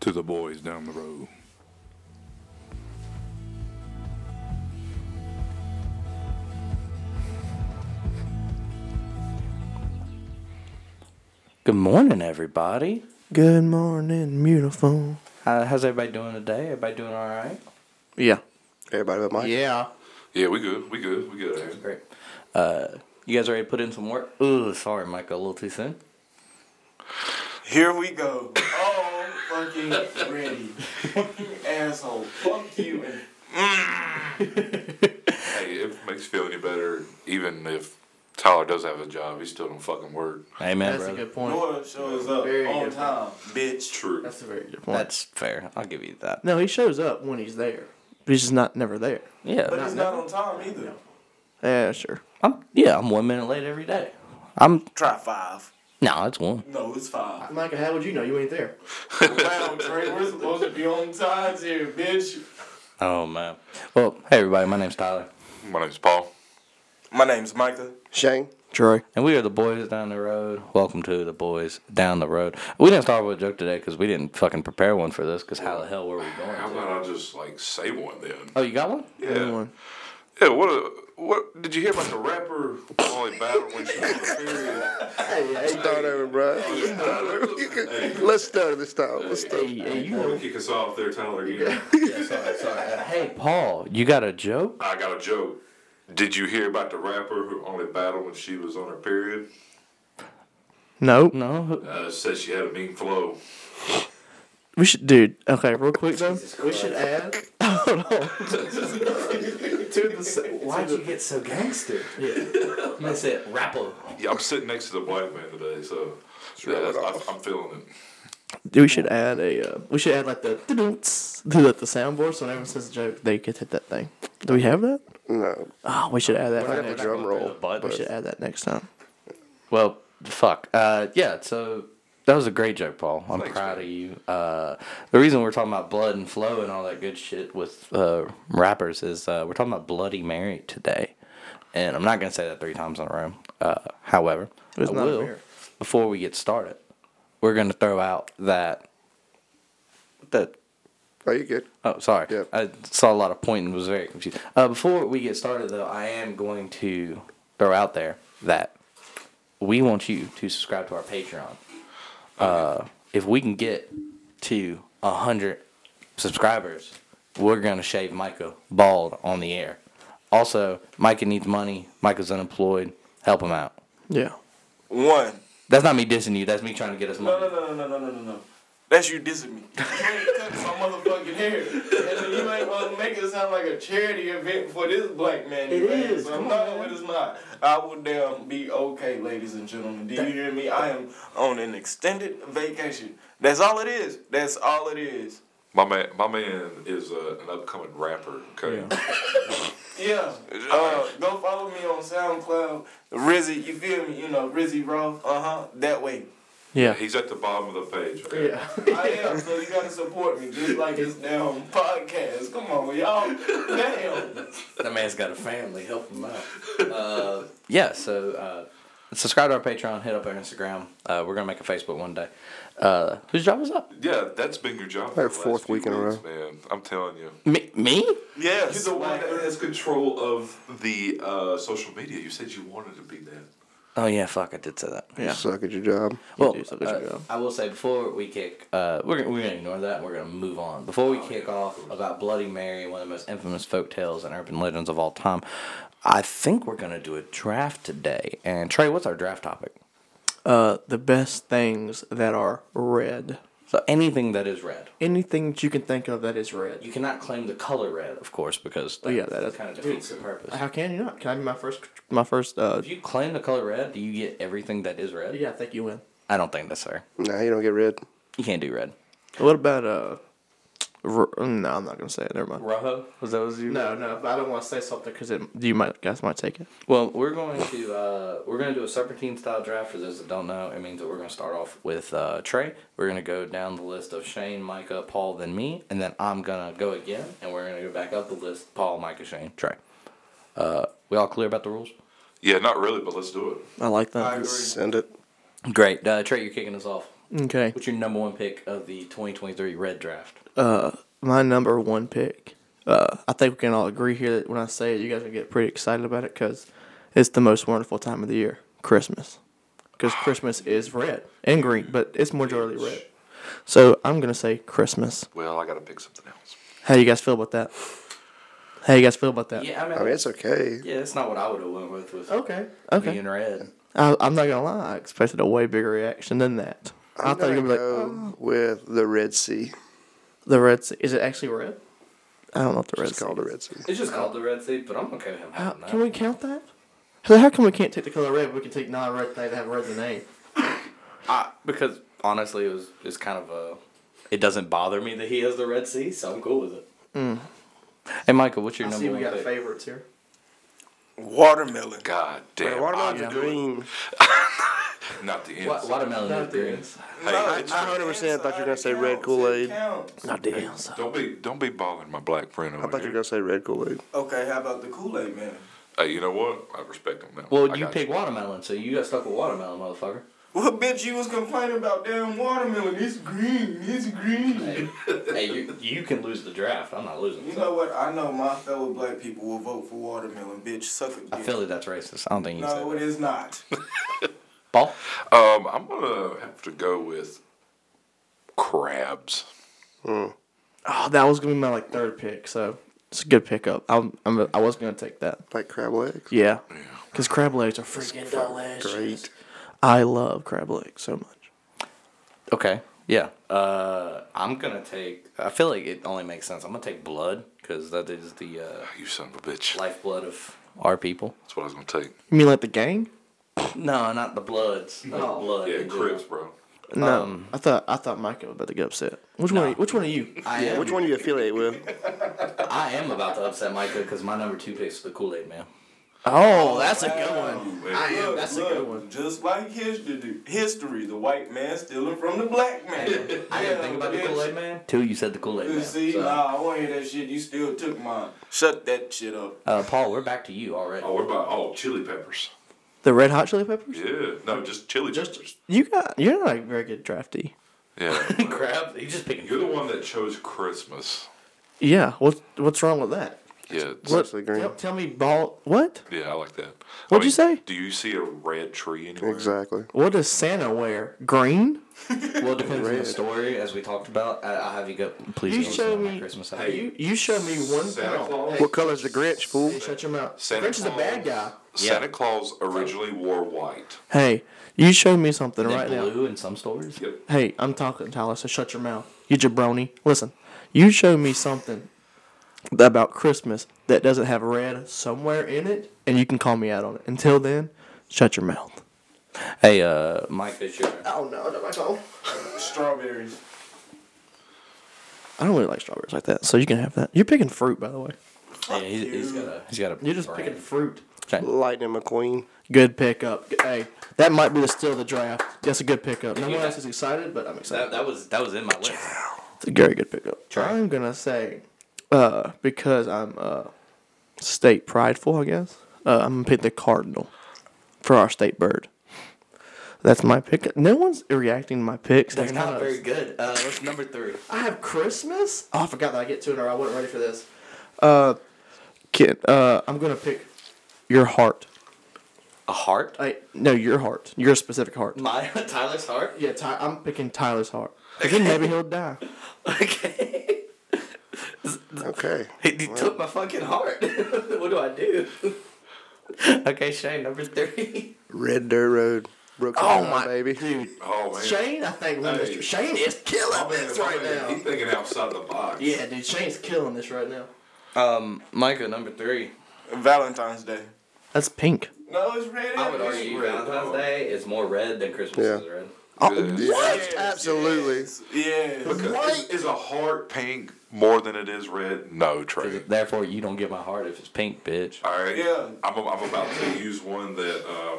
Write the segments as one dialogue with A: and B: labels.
A: to the boys down the road.
B: Good morning, everybody.
C: Good morning, beautiful.
B: How, how's everybody doing today? Everybody doing all right?
C: Yeah. Everybody but Mike.
B: Yeah.
A: Yeah, we good. We good. We good. Aaron.
B: Great. Uh, you guys already put in some work? Ooh, sorry, Michael, a little too soon.
D: Here we go. Oh, fucking ready. Fucking asshole. Fuck you. And
A: Hey, if it makes you feel any better, even if Tyler does have a job, he still don't fucking work.
B: Amen,
E: That's a
B: brother.
E: good point.
D: Nora shows up
E: Very
D: on
E: good.
D: time, bitch.
A: True.
E: That's a very good point.
B: That's fair. I'll give you that.
E: no, he shows up when he's there. But he's just not never there.
B: Yeah.
D: But it's not on time either.
E: Yeah, sure.
B: I'm, yeah, I'm one minute late every day. I'm
D: Try five.
B: no, it's one.
D: No, it's five.
E: Micah, how would you know you ain't there?
D: wow, Trey, we're supposed to be on times here, bitch.
B: Oh man. Well, hey everybody, my name's Tyler,
A: My name's Paul.
D: My name's Micah.
C: Shane. Troy.
B: and we are the boys down the road. Welcome to the boys down the road. We didn't start with a joke today because we didn't fucking prepare one for this. Because how the hell were we
A: How
B: going?
A: about I just like say one then?
B: Oh, you got one?
A: Yeah.
E: Everyone.
A: Yeah. What? A, what? Did you hear about the rapper Molly Battle when she was period?
C: Hey, hey, start over, bro. You can- Let's start this time. Let's start.
A: Wanna kick us off there, Tyler. You know?
B: Uh, Hey, Paul, you got a joke?
A: I got a joke. Did you hear about the rapper who only battled when she was on her period?
E: Nope.
B: No. who-
A: Uh, said she had a mean flow.
E: We should, dude. Okay, real quick though. We should add. Hold on. to the sa-
B: Why'd you get so gangster? Yeah. You must say rapper.
A: Yeah, I'm sitting next to the black man today, so yeah, that's, I, I'm feeling it.
E: Dude, we should add a. Uh, we should add like the to the, the soundboard. So when everyone says a joke, they could hit that thing. Do we have that?
C: No.
E: Oh, we should add that.
C: I
E: for
C: have a
E: next-
C: drum roll.
E: we should add that next time.
B: Well, fuck. Uh, yeah, so that was a great joke, Paul. I'm
A: Thanks,
B: proud
A: man.
B: of you. Uh, the reason we're talking about blood and flow and all that good shit with uh, rappers is uh, we're talking about Bloody Mary today. And I'm not going to say that three times in a row. Uh, however, I
E: It's not
B: will,
E: fair.
B: before we get started, we're going to throw out that. that
C: Are you good?
B: Oh, sorry.
C: Yep.
B: I saw a lot of pointing and was very confused. Uh, before we get started, though, I am going to throw out there that we want you to subscribe to our Patreon. Uh, if we can get to 100 subscribers, we're going to shave Micah bald on the air. Also, Micah needs money. Micah's unemployed. Help him out.
E: Yeah.
D: One.
B: That's not me dissing you. That's me trying to get us
D: No, no,
B: money.
D: no, no, no, no, no, no. That's you dissing me. You ain't cut my motherfucking hair. And then you ain't gonna make it sound like a charity event for this black man. It is. So no, it is not. I will damn be okay, ladies and gentlemen. Do you hear me? I am on an extended vacation. That's all it is. That's all it is.
A: My man, my man is uh, an upcoming rapper. Okay,
D: Yeah. Uh, go follow me on SoundCloud. Rizzy, you feel me? You know, Rizzy Roth. Uh huh. That way.
E: Yeah.
A: he's at the bottom of the page. Okay?
E: Yeah.
D: I am, so you gotta support me, just like this damn podcast. Come on, y'all. Damn.
B: That man's got a family. Help him out. Uh, yeah, so uh, subscribe to our Patreon. Hit up our Instagram. Uh, we're gonna make a Facebook one day. Uh, whose job is up?
A: Yeah, that's been your job. for
C: Our
A: the
C: fourth
A: last few
C: week in a
A: weeks, man. I'm telling you,
B: Me? me?
D: Yes.
A: you're the one that has control of the uh, social media. You said you wanted to be that.
B: Oh yeah, fuck! I did say that.
E: Yeah.
C: Suck at your job.
B: Well,
E: do suck at your
B: uh,
E: job.
B: I will say before we kick, uh, we're gonna, we're gonna ignore that. and We're gonna move on. Before we kick off about Bloody Mary, one of the most infamous folk tales and urban legends of all time, I think we're gonna do a draft today. And Trey, what's our draft topic?
E: Uh, the best things that are red.
B: So anything that is red.
E: Anything that you can think of that is red.
B: You cannot claim the color red, of course, because that,
E: Oh, yeah, that is-
B: kind of defeats the purpose.
E: How can you not? Can I be my first? My first. Uh,
B: If you claim the color red, do you get everything that is red?
E: yeah, I think you win.
B: I don't think that's fair.
C: Nah, you don't get red.
B: You can't do red.
E: What about uh? R- no, I'm not gonna say it. Never mind.
B: Rojo? Was that was you?
E: No, no, but I don't want to say something because you might guys might take it.
B: Well, we're going to uh, we're going to do a serpentine style draft. For those that don't know, it means that we're going to start off with uh, Trey. We're going to go down the list of Shane, Micah, Paul, then me, and then I'm going to go again, and we're going to go back up the list: Paul, Micah, Shane, Trey. Uh, we all clear about the rules?
A: Yeah, not really, but let's do it.
E: I like that.
D: agree.
C: Send it.
B: Great, uh, Trey, you're kicking us off.
E: Okay.
B: What's your number one pick of the 2023 Red Draft?
E: Uh, my number one pick. Uh, I think we can all agree here that when I say it, you guys will get pretty excited about it because it's the most wonderful time of the year, Christmas. Because Christmas is red and green, but it's majority red. So I'm gonna say Christmas.
A: Well, I gotta pick something else.
E: How do you guys feel about that? How you guys feel about that?
B: Yeah, I mean,
C: I mean, it's okay.
B: yeah, that's not what I would have went with. With
E: Okay. Okay.
B: being red.
E: I, I'm not gonna lie. I expected a way bigger reaction than that. i
C: I'm
E: thought you were gonna
C: gonna
E: be like,
C: go
E: "Oh,
C: with the Red Sea.
E: the red. Sea. Is it actually red? I don't know what the red.
C: It's called
E: sea
C: the
E: is.
C: Red Sea.
B: It's just called the Red Sea, but I'm okay with him
E: How,
B: having that.
E: Uh, can we count that? So how come we can't take the color red, but we can take non-red thing that have red in the name?
B: I, because honestly, it was it's kind of a. It doesn't bother me that he has the Red Sea, so I'm cool with it.
E: Hmm.
B: Hey, Michael, what's your
E: I
B: number
E: see we
B: one
E: got
B: pick?
E: favorites here.
D: Watermelon.
A: God damn.
C: What about
E: yeah.
C: the green?
A: Not the end.
B: Wa- watermelon
E: Not
B: is green.
A: Hey,
C: I- I 100% thought you were gonna say red Kool-Aid.
E: Not deals.
A: don't be don't be balling my black friend
C: I
A: over
C: thought you
A: here.
C: were gonna say Red Kool Aid.
D: Okay, how about the Kool-Aid man?
A: Hey, you know what? I respect him now.
B: Well,
A: I
B: you
A: got
B: pick watermelon, so you got stuck with watermelon, motherfucker.
D: What bitch you was complaining about damn watermelon? It's green, it's green.
B: Hey, hey you, you can lose the draft. I'm not losing.
D: You know what? I know my fellow black people will vote for watermelon, bitch. Suck it.
B: I
D: dick.
B: feel that that's racist. I don't think you
D: No,
B: said
D: it
B: that.
D: is not.
B: Paul?
A: Um, I'm gonna have to go with crabs.
E: Oh, that was gonna be my like third pick. So it's a good pickup. I'm, I'm I was gonna take that.
C: Like crab legs.
E: Yeah. Because crab legs are freaking delicious.
C: Great.
E: I love crab legs so much.
B: Okay. Yeah. Uh, I'm gonna take. I feel like it only makes sense. I'm gonna take blood because that is the uh,
A: You son of a bitch.
B: lifeblood of our people.
A: That's what I was gonna take.
E: You mean like the gang?
B: No, not the bloods. Like
E: Oh.
B: blood.
A: Yeah,
B: in general.
A: cribs, bro.
E: No. I thought I thought Micah was about to get upset. Which one? Are you, which one are you?
B: I am.
C: Which one do you affiliate with?
B: I am about to upset Micah because my number two pick's the Kool Aid Man.
E: Oh, that's a good one.
A: I
E: am. That's a good one.
D: Just like history, history, the white man stealing from the black man.
B: I didn't think about the Kool Aid Man till you said the Kool Aid
D: You
B: Man.
D: see, nah, I want to hear that shit. You still took mine. Shut that shit up.
B: Uh, Paul, we're back to you already.
A: Oh, what about oh chili peppers?
E: The Red Hot Chili Peppers.
A: Yeah, no, just chili peppers.
E: You got you're not a very good draftee.
A: Yeah,
B: Crap, you just picking.
A: you're the one that chose Christmas.
E: Yeah. What what's wrong with that?
A: Yeah, it's-
E: What-
C: Mostly green.
E: Tell, tell me, ball. What?
A: yeah, I like that.
E: What'd you say?
A: Do you see a red tree anywhere?
C: Exactly.
E: What does Santa wear? Green.
B: Well, it depends on the story, as we talked about. I, I'll have you go. Please
E: You
B: go listen
E: show
B: to my
E: me-
B: Christmas
A: Hey,
B: album.
E: You you showed me one.
A: Santa
E: no.
A: Claus.
C: What color's the Grinch, fool?
E: Hey, shut your mouth.
A: Santa
E: Grinch is a bad guy.
A: Claus- Santa Claus originally wore white.
E: Hey, you showed me something
B: Then
E: right now.
B: blue in some stories.
A: Yep.
E: Hey, I'm talking, Tyler, so shut your mouth. You jabroni. Listen, you showed me something about Christmas that doesn't have red somewhere in it, and you can call me out on it. Until then, shut your mouth.
B: Hey, uh, Mike Fisher.
E: Oh, no, not my phone.
D: Strawberries.
E: I don't really like strawberries like that, so you can have that. You're picking fruit, by the way.
B: Yeah, he's, he's got a. He's got a.
E: You're just
B: brand.
E: picking fruit.
C: Lightning McQueen.
E: Good pickup. Hey, that might be the steal of the draft. That's a good pickup. No one else is excited, but I'm excited.
B: That, that was that was in my list.
E: It's a very good pickup.
B: Try.
E: I'm gonna say, uh, because I'm uh, state prideful, I guess. Uh, I'm gonna pick the cardinal for our state bird. That's my pick. No one's reacting to my picks.
B: They're
E: That's
B: not
E: kinda-
B: very good. Uh, what's number three?
E: I have Christmas. Oh, I forgot that I get two in a row. I wasn't ready for this. Uh, kid, uh, I'm gonna pick your heart.
B: A heart.
E: I no, your heart. Your specific heart.
B: My Tyler's heart.
E: Yeah, Ty- I'm picking Tyler's heart. 'Cause Then maybe he'll die.
B: Okay.
C: Okay.
B: He, he took my fucking heart. what do I do? okay, Shane, number three.
C: Red Dirt Road. Brooklyn
E: Oh
C: Nine,
E: my
C: baby.
E: dude.
A: Oh man.
E: Shane, I think won this.
A: Hey.
E: Shane is killing
A: Oh, man,
E: this
A: oh,
E: right
A: man,
E: now.
A: He's thinking outside the box.
E: Yeah, dude, Shane's killing this right now.
B: Um, Micah, number three.
D: Valentine's Day.
E: That's pink.
D: No, it's red.
B: I would
D: and
B: argue
D: red.
B: Valentine's Day is more red than Christmas
C: Yeah.
B: is red.
E: Oh,
A: Yeah.
E: what?
D: Yes,
C: Absolutely.
D: Yes. yes.
A: Is, is a heart pink more than it is red? No, Trey.
B: Therefore, you don't get my heart if it's pink, bitch.
A: All right.
D: Yeah.
A: I'm, I'm about to use one that um,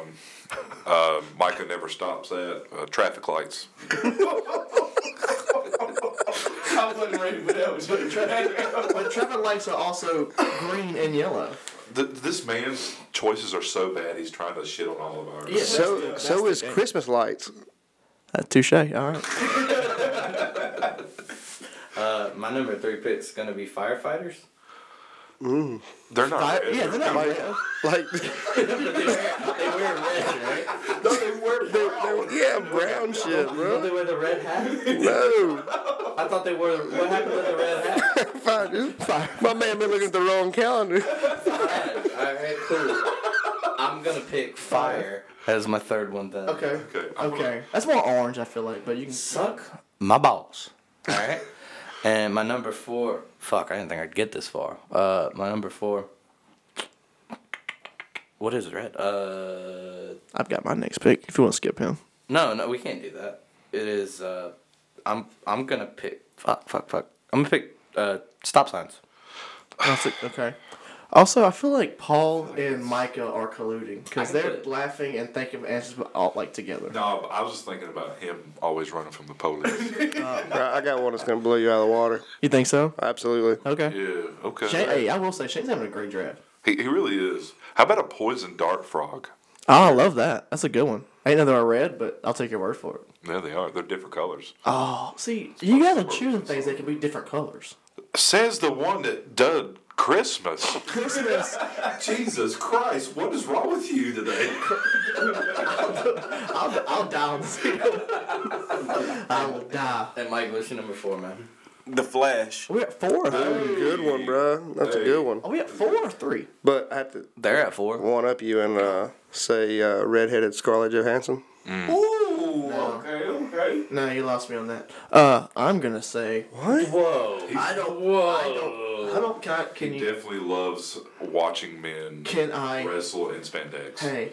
A: uh, Micah never stops at uh, traffic lights.
D: I wasn't ready for that one.
E: But traffic lights are also green and yellow.
A: Th- this man's choices are so bad. He's trying to shit on all of ours.
E: Yes.
C: So
E: That's the-
C: so
E: that's
C: is
E: the game.
C: Christmas lights.
E: Uh, touche. All right.
B: Uh, my number three pick's gonna be firefighters.
A: They're not. red.
E: yeah, they're not
C: Like, like
B: They wear red, right?
C: yeah, brown shit,
B: Don't
C: bro.
B: they wear the red hat?
C: No.
B: I thought they wore. What happened to the red hat?
C: Fine, dude. My man been looking at the wrong calendar.
B: All right, cool. I'm gonna pick fire as my third one. Then
E: Okay.
A: Okay. I'm gonna-
E: Okay. That's more orange, I feel like, but you can.
B: suck my balls. All right. and my number four. Fuck, I didn't think I'd get this far. Uh, my number four. What is red? Uh,
E: I've got my next pick. If you want to skip him,
B: no, no, we can't do that. It is. Uh, I'm. I'm gonna pick. Fuck, fuck, fuck. I'm gonna pick. Uh, stop signs.
E: That's it. okay. Also, I feel like Paul and Micah are colluding because
B: I can
E: they're
B: put it-
E: laughing and thinking of answers, but all like together.
A: No, I was just thinking about him always running from the police.
C: Bro, I got one that's gonna blow you out of the water.
E: You think so?
C: Absolutely.
E: Okay.
A: yeah. Okay.
E: Shane, hey, I will say Shane's having a great draft.
A: He, he really is. How about a poison dart frog?
E: Oh, I love that. That's a good one. I ain't know they are red, but I'll take your word for it.
A: There they are. They're different colors.
E: Oh, see, you gotta choose the things that can be different colors.
A: Says the one that did Christmas.
E: Christmas.
A: Jesus Christ, what is wrong with you today?
E: I'll, I'll die on this hill. I will die.
B: And Mike, what's your number four, man?
D: The Flash.
E: We're at four.
C: Ooh, good one, bro. That's a good one.
E: Are we at four or three?
C: But I have to
B: They're at four.
C: one up you and uh, say uh, redheaded Scarlett Johansson.
D: Ooh, okay, okay.
E: No, you lost me on that. Uh, I'm gonna say.
C: What?
B: Whoa. I don't. Whoa.
E: I don't. I don't. Can, I, can
A: He
E: you?
A: definitely loves watching men
E: Can I?
A: wrestle in spandex.
E: Hey.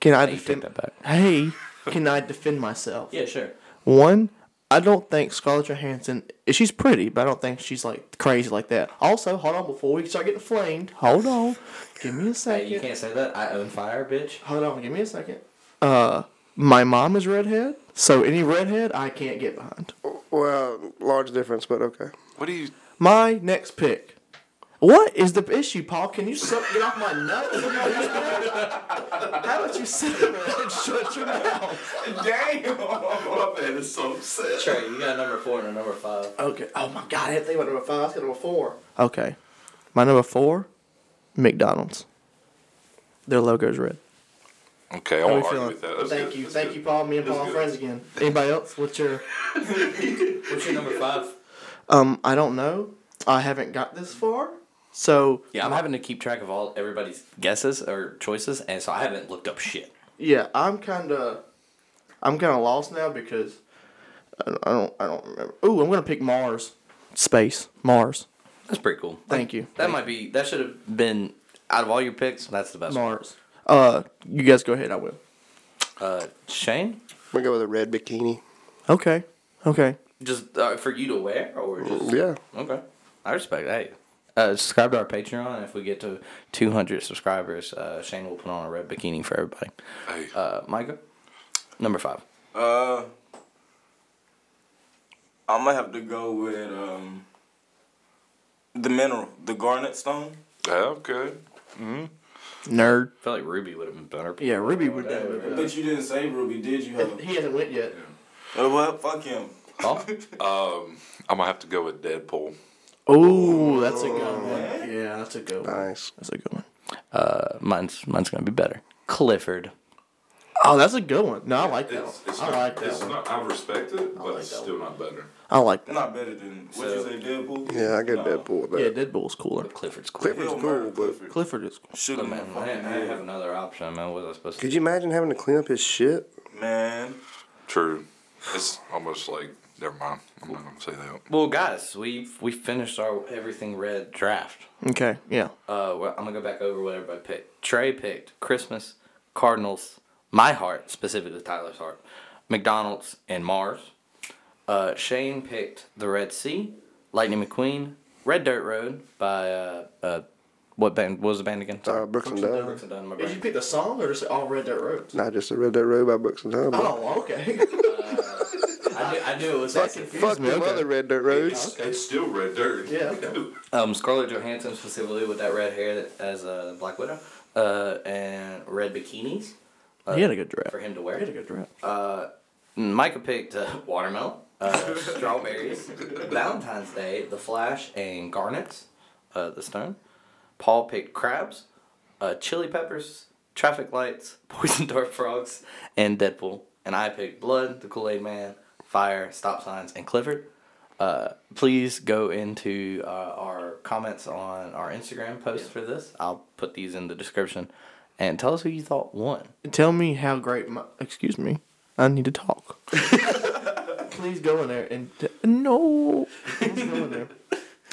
E: Can I
B: You take
E: defend?
B: that back.
E: Hey. Can I defend myself?
B: Yeah, sure.
E: One, I don't think Scarlett Johansson. She's pretty, but I don't think she's like crazy like that. Also, hold on before we start getting flamed. Hold on. Give me a second.
B: Hey, you can't say that. I own fire, bitch.
E: Hold on, give me a second. Uh, my mom is redhead, so any redhead I can't get behind.
C: Well, large difference, but okay.
A: What do you?
E: My next pick. What is the issue, Paul? Can you suck, get off my nuts? How about you sit there and shut your mouth?
D: Damn.
A: My man is so upset.
B: Trey, you got number four and a number five.
E: Okay. Oh my God, I didn't think about number five. I said number four. Okay. My number four, McDonald's. Their logo's red.
A: Okay, I
E: How we
A: won't argue
E: feeling?
A: with that. That's
E: Thank
A: good.
E: you,
A: That's
E: thank
A: good.
E: you, Paul. Me and
A: That's
E: Paul are
A: good.
E: friends again. Anybody else? What's your?
B: What's your number five?
E: Um, I don't know. I haven't got this far, so
B: Yeah, I'm having to keep track of all everybody's guesses or choices, and so I haven't looked up shit.
E: Yeah, I'm kind of, I'm kind of lost now because I don't, I don't, I don't remember. Ooh, I'm gonna pick Mars, space, Mars.
B: That's pretty cool.
E: Thank you,
B: That might be. That should have been out of all your picks. That's the best. one.
E: Mars. Uh, you guys go ahead. I will.
B: Uh, Shane,
C: We go with a red bikini.
E: Okay. Okay.
B: just uh, for you to wear, or just
C: Yeah.
B: okay. I respect that. Uh, subscribe to our Patreon, and if we get to 200 subscribers, uh, Shane will put on a red bikini for everybody.
A: Hey,
B: Uh, Micah, number five.
D: Uh, I'm gonna have to go with um the mineral, the garnet stone.
A: okay.
E: Nerd.
B: I feel like Ruby would have been better.
E: Yeah, Ruby would never.
D: But you didn't say Ruby, did you? Huh?
E: He hasn't went yet.
D: Uh, well, fuck him.
B: Paul?
A: Um, I'm gonna have to go with Deadpool.
E: Ooh, that's a good one. Yeah, that's a good one.
C: Nice.
E: That's a good one.
B: Uh, mine's mine's gonna be better. Clifford.
E: Oh, that's a good one. No, I like that
A: It's,
E: one.
A: it's
E: I
A: not,
E: like that
A: it's
E: one.
A: not. I respect it, but
E: like
A: it's
E: that
A: still not better.
E: I like that.
D: Not better than what you
B: So-
D: say, Deadpool.
C: Yeah, I got Deadpool with that.
E: Yeah, Deadpool's cooler.
B: Clifford's cool.
C: Clifford's
D: Hail
C: cool,
D: Mary,
C: but
D: Clifford.
E: Clifford is cool.
D: Shoot him,
B: Man, I didn't, I didn't have another option, man. What was I supposed to
C: could you imagine having to clean up his shit?
D: Man,
A: True. It's almost like never mind. I'm not gonna say that.
B: Well, guys, we we finished our everything red draft.
E: Okay. Yeah.
B: Uh, well, I'm gonna go back over what everybody picked. Trey picked Christmas, Cardinals, my heart specifically Tyler's heart, McDonald's, and Mars. Uh, Shane picked the Red Sea, Lightning McQueen, Red Dirt Road by uh, uh what band? What was the band again?
C: Uh, Brooks and Dunn.
B: Brooks and Dunn, my
E: Did you
B: brain.
E: pick the song or just all Red Dirt Road?
C: Not just a Red Dead Road by Brooks and Dunn. but-
E: Oh, okay.
B: I knew, I knew it was that.
E: Fucking
C: Fuck them other Red Dirt Roads.
A: It's, it's still red dirt.
E: Yeah, okay.
B: Um, Scarlett Johansson specifically with that red hair that, as a uh, Black Widow, uh, and red bikinis
E: He had a good draft.
B: for him to
E: He had
B: wear.
E: a good draft.
B: Uh, Micah picked uh, watermelon, uh, strawberries, Valentine's Day, The Flash, and Garnets, uh, the stone. Paul picked crabs, uh, chili peppers, traffic lights, poison dart frogs, and Deadpool. And I picked blood, the Kool Aid Man, fire, stop signs, and Clifford. Uh, please go into uh, our comments on our Instagram post for this. I'll put these in the description, and tell us who you thought won.
E: Tell me how great my. Excuse me. I need to talk. Please go in there and t- no. Please go in there.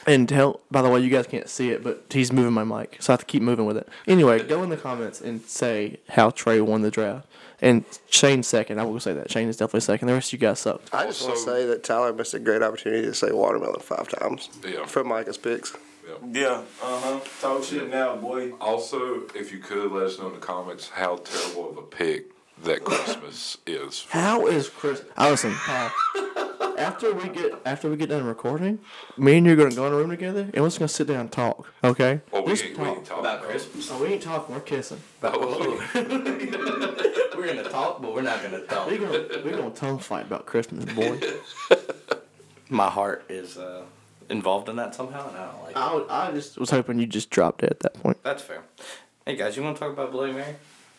E: And tell. By the way, you guys can't see it, but he's moving my mic, so I have to keep moving with it. Anyway, go in the comments and say how Trey won the draft and Shane's second. I will say that Shane is definitely second. The rest of you guys sucked.
C: I just want to
A: Also-
C: say that Tyler missed a great opportunity to say watermelon five times
A: Yeah.
C: for Micah's picks.
D: Yeah, uh huh. Talk shit now, boy.
A: Also, if you could let us know in the comments how terrible of a pick that Christmas is.
E: How is Chris? Allison, Pat, after we get after we get done recording, me and you are gonna go in a room together and we're just gonna sit down and talk. Okay?
A: Well, we
E: Just
A: ain't, we ain't talking about
B: Christmas.
E: Oh, we ain't talking. We're kissing.
B: Oh, we're gonna talk, but we're not gonna talk.
E: We gonna we gonna tongue fight about Christmas, boy.
B: My heart is uh, involved in that somehow, and I don't like it.
E: I, I just was hoping you just dropped it at that point.
B: That's fair. Hey guys, you want to talk about Bloody Mary?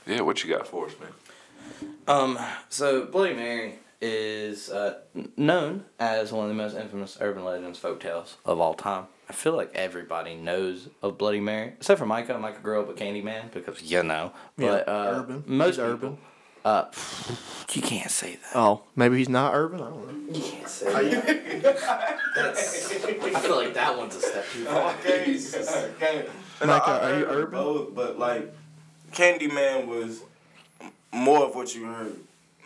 A: Yeah, what you got for us, man?
B: Um, so Bloody Mary is uh, n- known as one of the most infamous urban legends, folktales of all time. I feel like everybody knows of Bloody Mary, except for Micah. Micah grew up with Candyman because you know, but
E: Yeah,
B: uh,
E: urban.
B: most
E: He's urban.
B: urban. Uh, you can't say that.
E: Oh, maybe he's not urban. I don't know.
B: You can't say that. That's, I feel like that one's a step too far.
D: Okay, okay.
E: Micah, are you urban?
D: Both, but like, Candyman was more of what you heard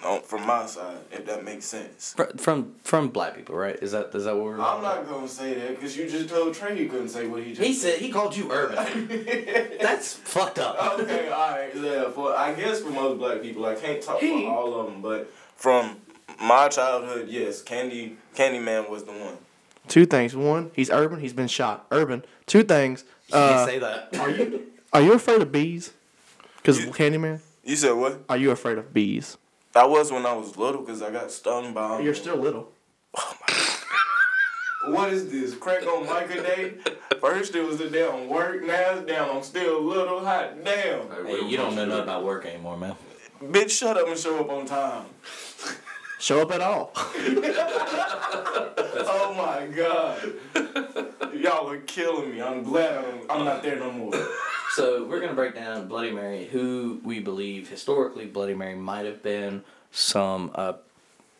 D: on, from my side, if that makes sense.
B: Fr- From from black people, right? Is that is that what we're?
D: I'm not gonna say that because you just told Trey you couldn't say what he just.
B: He said he called you urban. That's fucked up.
D: Okay, all right. Yeah, for I guess for most black people, I can't talk
B: He-
D: for all of them, but from my childhood, yes, Candy Candyman was the one.
E: Two things. One, he's urban. He's been shot. Urban. Two things.
B: Can't
E: Uh,
B: say that.
E: are you afraid of bees? Because
D: You-
E: Candyman.
D: You said what?
E: Are you afraid of bees?
D: I was when I was little because I got stung by. 'em.
E: You're still little.
D: What is this crack on Micah Day? First it was the damn work, now it's down. I'm still little hot damn.
A: Hey,
B: Hey,
A: we
B: you don't know
A: want
B: nothing about work anymore, man.
D: Bitch, shut up and show up on time.
E: Show up at all.
D: Oh my god, y'all are killing me. I'm glad I'm, I'm not there no more.
B: So we're gonna break down Bloody Mary, who we believe historically Bloody Mary might have been. Some uh,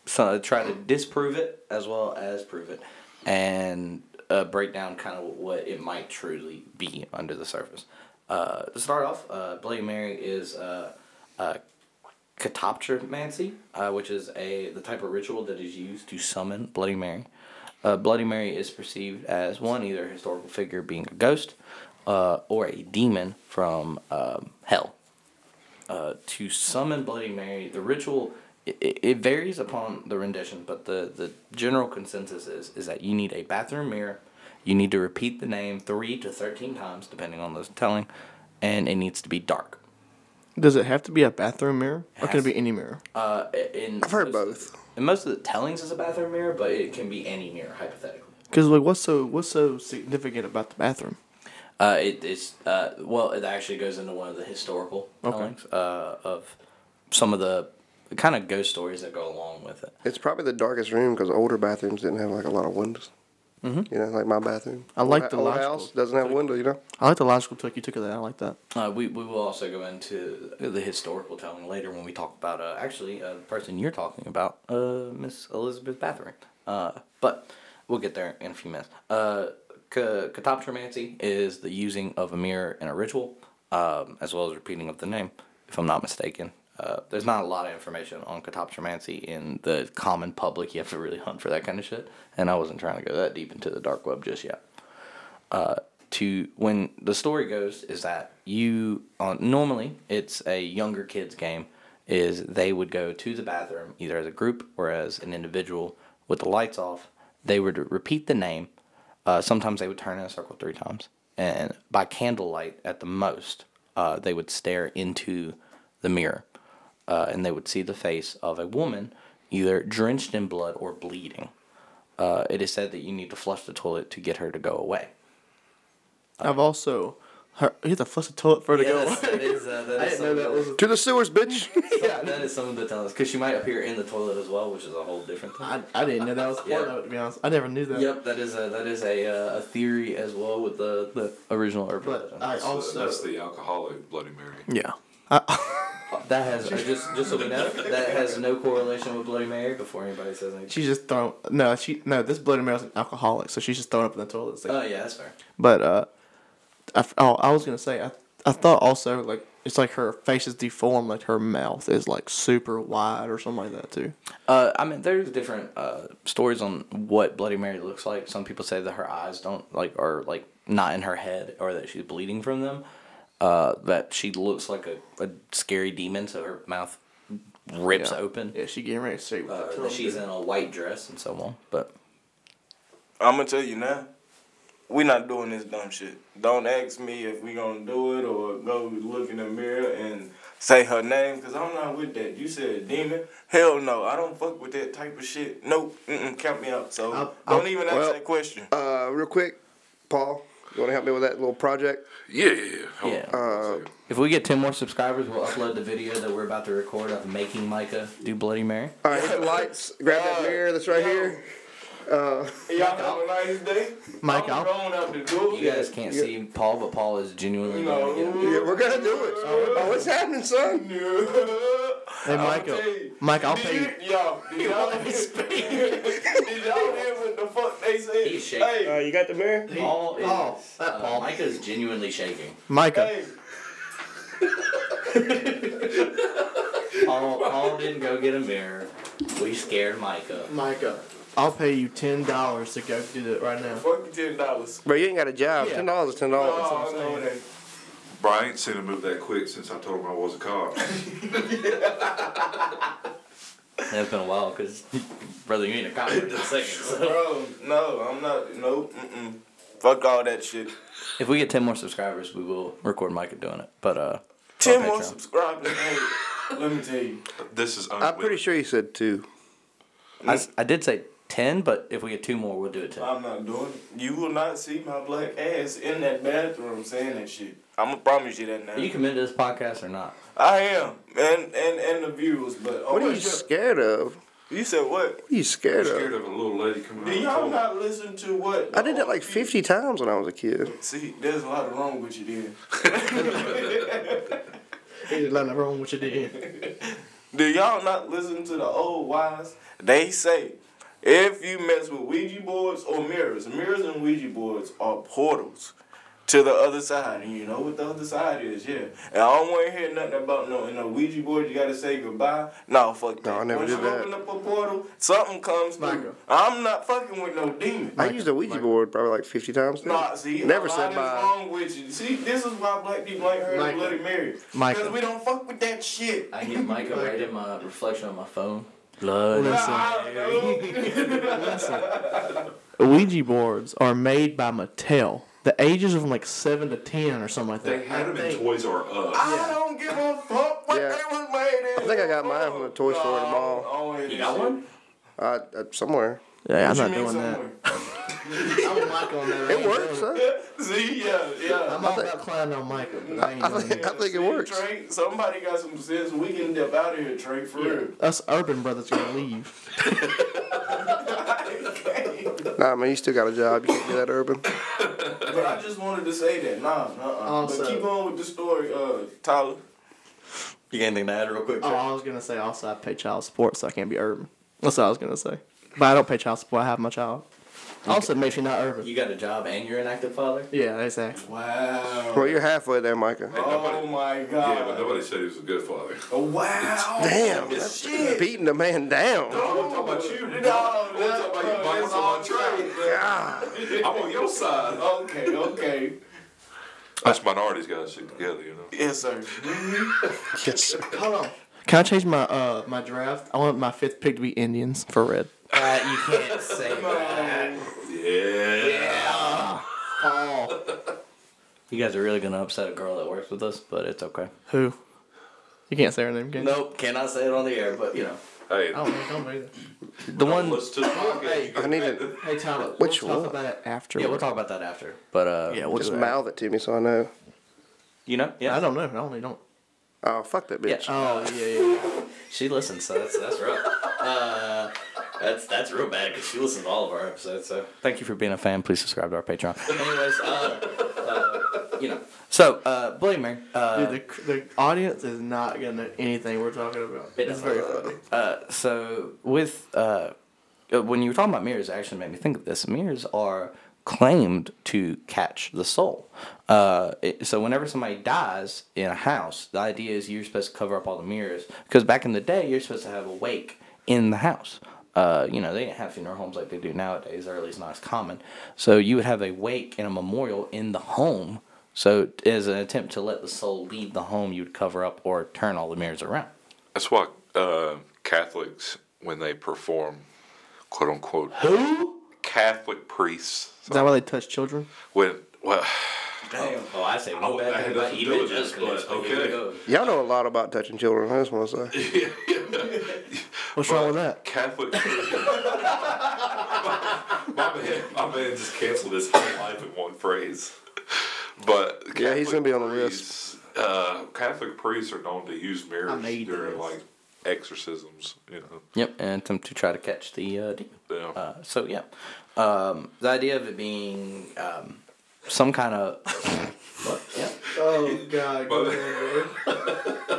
B: some uh, try to disprove it as well as prove it, and uh, break down kind of what it might truly be under the surface. Uh, to start off, uh, Bloody Mary is uh, uh, catoptromancy, uh, which is a the type of ritual that is used to summon Bloody Mary. Uh, Bloody Mary is perceived as one either historical figure being a ghost, uh, or a demon from um, hell. Uh, to summon Bloody Mary, the ritual it, it varies upon the rendition, but the the general consensus is is that you need a bathroom mirror, you need to repeat the name three to thirteen times depending on the telling, and it needs to be dark.
E: Does it have to be a bathroom mirror? Or can
B: Has-
E: it be any mirror?
B: Uh, in
C: I've heard both.
B: And most of the tellings is a bathroom mirror, but it can be any mirror hypothetically.
E: Because like, what's so what's so significant about the bathroom?
B: Uh, it, it's uh, well, it actually goes into one of the historical tellings uh, of some of the kind of ghost stories that go along with it.
C: It's probably the darkest room because older bathrooms didn't have like a lot of windows. Mm-hmm. You know, like my bathroom.
E: I like
C: Old-
E: the
C: old
E: logical-
C: house doesn't have a window. You know,
E: I like the logical took you took it. I like that.
B: Uh, we we will also go into the historical telling later when we talk about uh, actually uh, the person you're talking about, uh, Miss Elizabeth Bathory. Uh, but we'll get there in a few minutes. Uh, ca- catoptromancy is the using of a mirror in a ritual, um, as well as repeating of the name, if I'm not mistaken. Uh, there's not a lot of information on catoptromancy in the common public. You have to really hunt for that kind of shit, and I wasn't trying to go that deep into the dark web just yet uh, to when the story goes is that you on normally it's a younger kids game is they would go to the bathroom either as a group or as an individual with the lights off they would repeat the name uh, sometimes they would turn in a circle three times and by candlelight at the most uh, they would stare into the mirror uh, and they would see the face of a woman either drenched in blood or bleeding. Uh, it is said that you need to flush the toilet to get her to go away.
E: I've also heard, you have to flush the toilet for her to go.
B: that is, uh, that
E: I didn't know that was.
C: To the sewers, bitch.
B: yeah, that is something to tell us because she might appear in the toilet as well, which is a whole different thing.
E: I, I didn't know that was part
B: Yeah.
E: of it. To be honest, I never knew that.
B: Yep, that is a that is a, uh, a theory as well with the, the original urban
E: But
B: legend.
E: I also
A: that's the alcoholic Bloody Mary.
E: yeah.
B: that has uh, just just so we know that has no correlation with Bloody Mary. Before anybody says anything,
E: She's just thrown. No, she no. This Bloody Mary's an alcoholic, so she's just thrown up in the toilet. It's like-
B: oh yeah, that's fair.
E: But uh, I, f- oh, I was gonna say I I thought also like it's like her face is deformed, like her mouth is like super wide or something like that too.
B: Uh, I mean, there's different uh, stories on what Bloody Mary looks like. Some people say that her eyes don't like are like not in her head, or that she's bleeding from them. Uh, that she looks like a, a scary demon, so her mouth rips
E: Yeah.
B: open.
E: Yeah, she getting ready to sleep.
B: Uh, that she's in a white dress and so on. But
D: I'm gonna tell you now. We not doing this dumb shit. Don't ask me if we gonna do it or go look in the mirror and say her name, cause I'm not with that. You said demon. Hell no, I don't fuck with that type of shit. Nope, mm-mm, count me out. So
E: I'll-
D: don't
E: I'll-
D: even ask
C: well-
D: that question.
C: Uh, real quick, Paul, you want to help me with that little project?
A: Yeah, yeah, yeah. Hold
B: Yeah.
A: on.
B: if we get ten more subscribers, we'll upload the video that we're about to record of making Micah do Bloody Mary.
C: All right, hit the lights. Grab that mirror that's right here.
D: Y'all have a nice day.
E: Mike,
D: I'm
E: I'll-
D: going out the
E: Oh,
D: door.
B: You guys can't see Paul, but Paul is genuinely.
D: No.
B: going to get
C: Yeah, we're gonna do it. Oh, what's happening, son?
E: Hey, Michael. Mike, I'll pay you.
D: Did you, yo, did y'all hear, did y'all hear what the fuck they said?
B: He's shaking.
D: Hey,
C: Uh, you got the mirror?
B: it. Paul is.
E: Paul, that
B: uh,
E: Paul.
B: Micah's genuinely shaking.
E: Micah,
D: hey,
B: Paul, Paul didn't go get a mirror. We scared Micah.
E: Micah, I'll pay you ten dollars to go do that right now.
D: fuck you ten dollars.
C: Bro, you ain't got a job.
E: Yeah.
C: Ten dollars is ten dollars.
D: Oh, no, that.
A: Bro, I ain't seen him move that quick since I told him I was a cop.
B: It's been a while because, brother, you need a cop in a second. So.
D: Bro, no, I'm not. Nope. Mm-mm. Fuck all that shit.
B: If we get 10 more subscribers, we will record Micah doing it. But, uh,
D: Ten
B: Patreon.
D: more subscribers. hey, let me tell you.
A: this is.
C: I'm pretty sure you said two.
B: I, s- I did say 10, but if we get two more, we'll do it 10.
D: I'm not doing it. You will not see my black ass in that bathroom saying that shit. I'm gonna promise you that now.
B: Are you committed to this podcast or not?
D: I am, and and and the viewers, but oh
C: What are
D: my
C: you
D: God.
C: scared of? What
D: You said what?
C: are you scared
A: scared
C: of?
A: of a little lady coming
D: Do
A: out.
D: y'all
A: and told-
D: not listen to what?
C: I did that like fifty times when I was a kid.
D: See, there's a lot wrong with you then.
E: He's letting everyone what you did.
D: Do y'all not listen to the old wise? They say if you mess with Ouija boards or mirrors, mirrors and Ouija boards are portals to the other side. And you know what the other side is, yeah. And I don't want to hear nothing about no, no Ouija board, you got to say goodbye. No, fuck that.
C: I never
D: Once
C: did
D: you
C: that.
D: open up a portal, something comes
E: Michael.
D: through. I'm not fucking with no demon.
C: I used a Ouija board probably like fifty times.
D: Nah, see,
C: Never
D: a lot
C: said
D: is
C: mine.
D: wrong with you. See, this is why black people ain't heard
E: Michael.
D: of Bloody Mary. Because
E: Michael.
D: we don't fuck with that shit.
B: I can get Micah right in my reflection on my phone. Blood.
E: Listen,
D: I don't know.
E: Ouija boards are made by Mattel. The ages of them like seven to ten or something like that.
A: They had him
E: I
A: in
E: think.
A: Toys R Us.
D: I don't give a fuck what
C: Yeah.
D: they was made in.
C: I think I got mine from the toy store at the mall.
B: You got one?
C: Uh, uh, somewhere.
E: Yeah, I'm not doing that. I'm Michael on that.
C: It works, huh?
D: See, yeah, yeah.
E: I'm all about climbing on Michael. But I ain't
C: I
E: doing that.
C: think, I think it
D: See,
C: works.
D: Trey, somebody got some sense. We can dip out of here, Trey, for real.
E: Us urban brothers gonna leave.
C: Nah, man, you still got a job. You can't do that urban.
D: But I just wanted to say that. Nah, nah. uh But
E: Also-
D: keep on with the story, uh, Tyler.
B: You got anything to add real quick?
E: Oh, I was gonna say also I pay child support, so I can't be urban. That's what I was gonna say. But I don't pay child support. I have my child. Also, it makes you not urban.
B: You got a job and you're an active father?
E: Yeah, exactly.
D: Wow.
C: Well, you're halfway there, Micah.
D: Oh my
A: Yeah, but
D: god.
A: nobody said he was a good father.
D: Oh, wow.
C: Damn, that's
D: Shit.
C: beating the man down.
A: I'm talking about you.
D: No,
A: I'm
D: that's
A: talking about you, Mike. I'm on
D: that's all
A: my train.
D: Trey.
A: I'm on your side.
D: Okay, okay.
A: Us minorities got shit together, you know.
D: Yes, sir.
C: Yes, sir.
E: Hold on. Can I change my uh my draft? I want my fifth pick to be Indians for red.
B: Uh, you can't say that.
A: Yeah.
E: Paul.
B: You guys are really gonna upset a girl that works with us, but it's okay.
E: Who? You can't say her name again.
B: Nope, cannot say it on the air, but you know.
A: Hey,
E: I don't think I'm either.
B: The one.
A: let's just walk it.
C: I need to.
E: Hey Tyler,
C: Which
E: we'll
C: one?
E: talk about it after.
B: Yeah, we'll talk about that after. But uh,
E: Yeah, we'll
C: Just
E: do that.
C: mouth it to me so I know.
B: you know, yeah,
E: I don't know. I only don't.
C: Oh, fuck that bitch.
B: Yeah.
E: Oh yeah, yeah.
B: She listens, so that's that's rough. Uh, that's that's real bad because she listens to all of our episodes. So thank you for being a fan. Please subscribe to our Patreon. Anyways, uh, uh, you know. So, uh, Bloody Mary. Uh,
E: Dude, the, the audience is not gonna know anything we're talking about.
B: It
E: It's
B: doesn't.
E: very funny.
B: uh, so with uh, uh, when you were talking about mirrors, it actually made me think of this. Mirrors are claimed to catch the soul. Uh, it, so whenever somebody dies in a house, the idea is you're supposed to cover up all the mirrors because back in the day, you're supposed to have a wake in the house. Uh, you know, they didn't have funeral homes like they do nowadays, or at least not as common. So you would have a wake and a memorial in the home. So as an attempt to let the soul leave the home, you'd cover up or turn all the mirrors around.
A: That's why uh, Catholics, when they perform, quote unquote,
B: Who?
A: Catholic priests,
E: Is that why they touch children?
A: when well,
D: Damn.
B: Oh, I say one
A: I
B: bad
A: had
B: thing about
A: nothing to do
B: even
A: with
B: just
A: this, but
B: but
A: okay.
B: okay.
C: Y'all know a lot about touching children. I just want to say.
E: What's wrong with that?
A: Catholic. my, man, my man just canceled his whole life in one phrase. But
C: Yeah, he's gonna be on the
A: priests, Uh, Catholic priests are known to use mirrors
E: made
A: during
E: this.
A: like exorcisms. You know,
B: Yep, and attempt to try to catch the uh, demon.
A: Yeah.
B: Uh, so yeah, um, the idea of it being um, some kind of what? Yeah,
E: Oh god.
A: go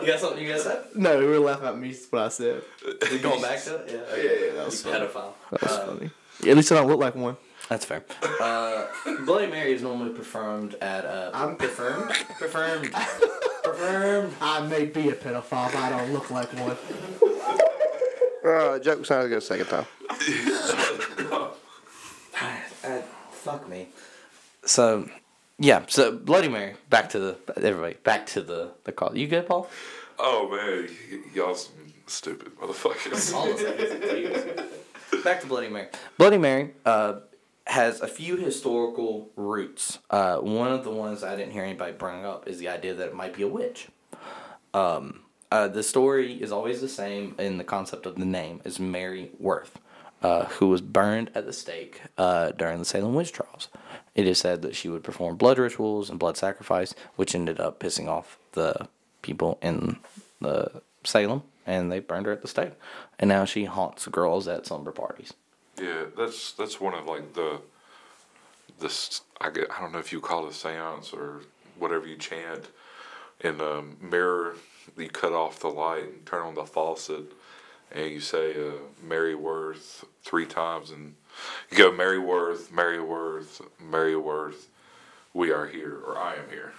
B: you got something you guys said?
E: no, we were laughing at me. That's what I said.
B: We're going back to it. Yeah, okay.
A: yeah, yeah.
B: you pedophile.
E: That's funny. At least I don't look like one.
B: That's fair. Uh, Bloody Mary is normally performed at uh,
E: I'm confirmed.
B: performed performed.
E: I may be a pedophile, but I don't look like one.
C: Uh, the joke sounded good second time.
B: Uh, fuck me. So, yeah. So Bloody Mary. Back to the everybody. Back to the the call. You good, Paul?
A: Oh man, y- y'all some stupid motherfuckers.
B: All of us. Back to Bloody Mary. Bloody Mary uh, has a few historical roots. Uh, one of the ones I didn't hear anybody bring up is the idea that it might be a witch. Uh, the story is always the same in the concept of the name is Mary Worth, uh, who was burned at the stake uh, during the Salem witch trials. It is said that she would perform blood rituals and blood sacrifice, which ended up pissing off the people in the Salem, and they burned her at the stake. And now she haunts girls at slumber parties.
A: yeah, that's that's one of like the this I, gue- I don't know if you call it a séance or whatever you chant in the mirror. You cut off the light and turn on the faucet, and you say uh, "Mary Worth" three times, and you go "Mary Worth, Mary Worth, Mary Worth." We are here, or I am here.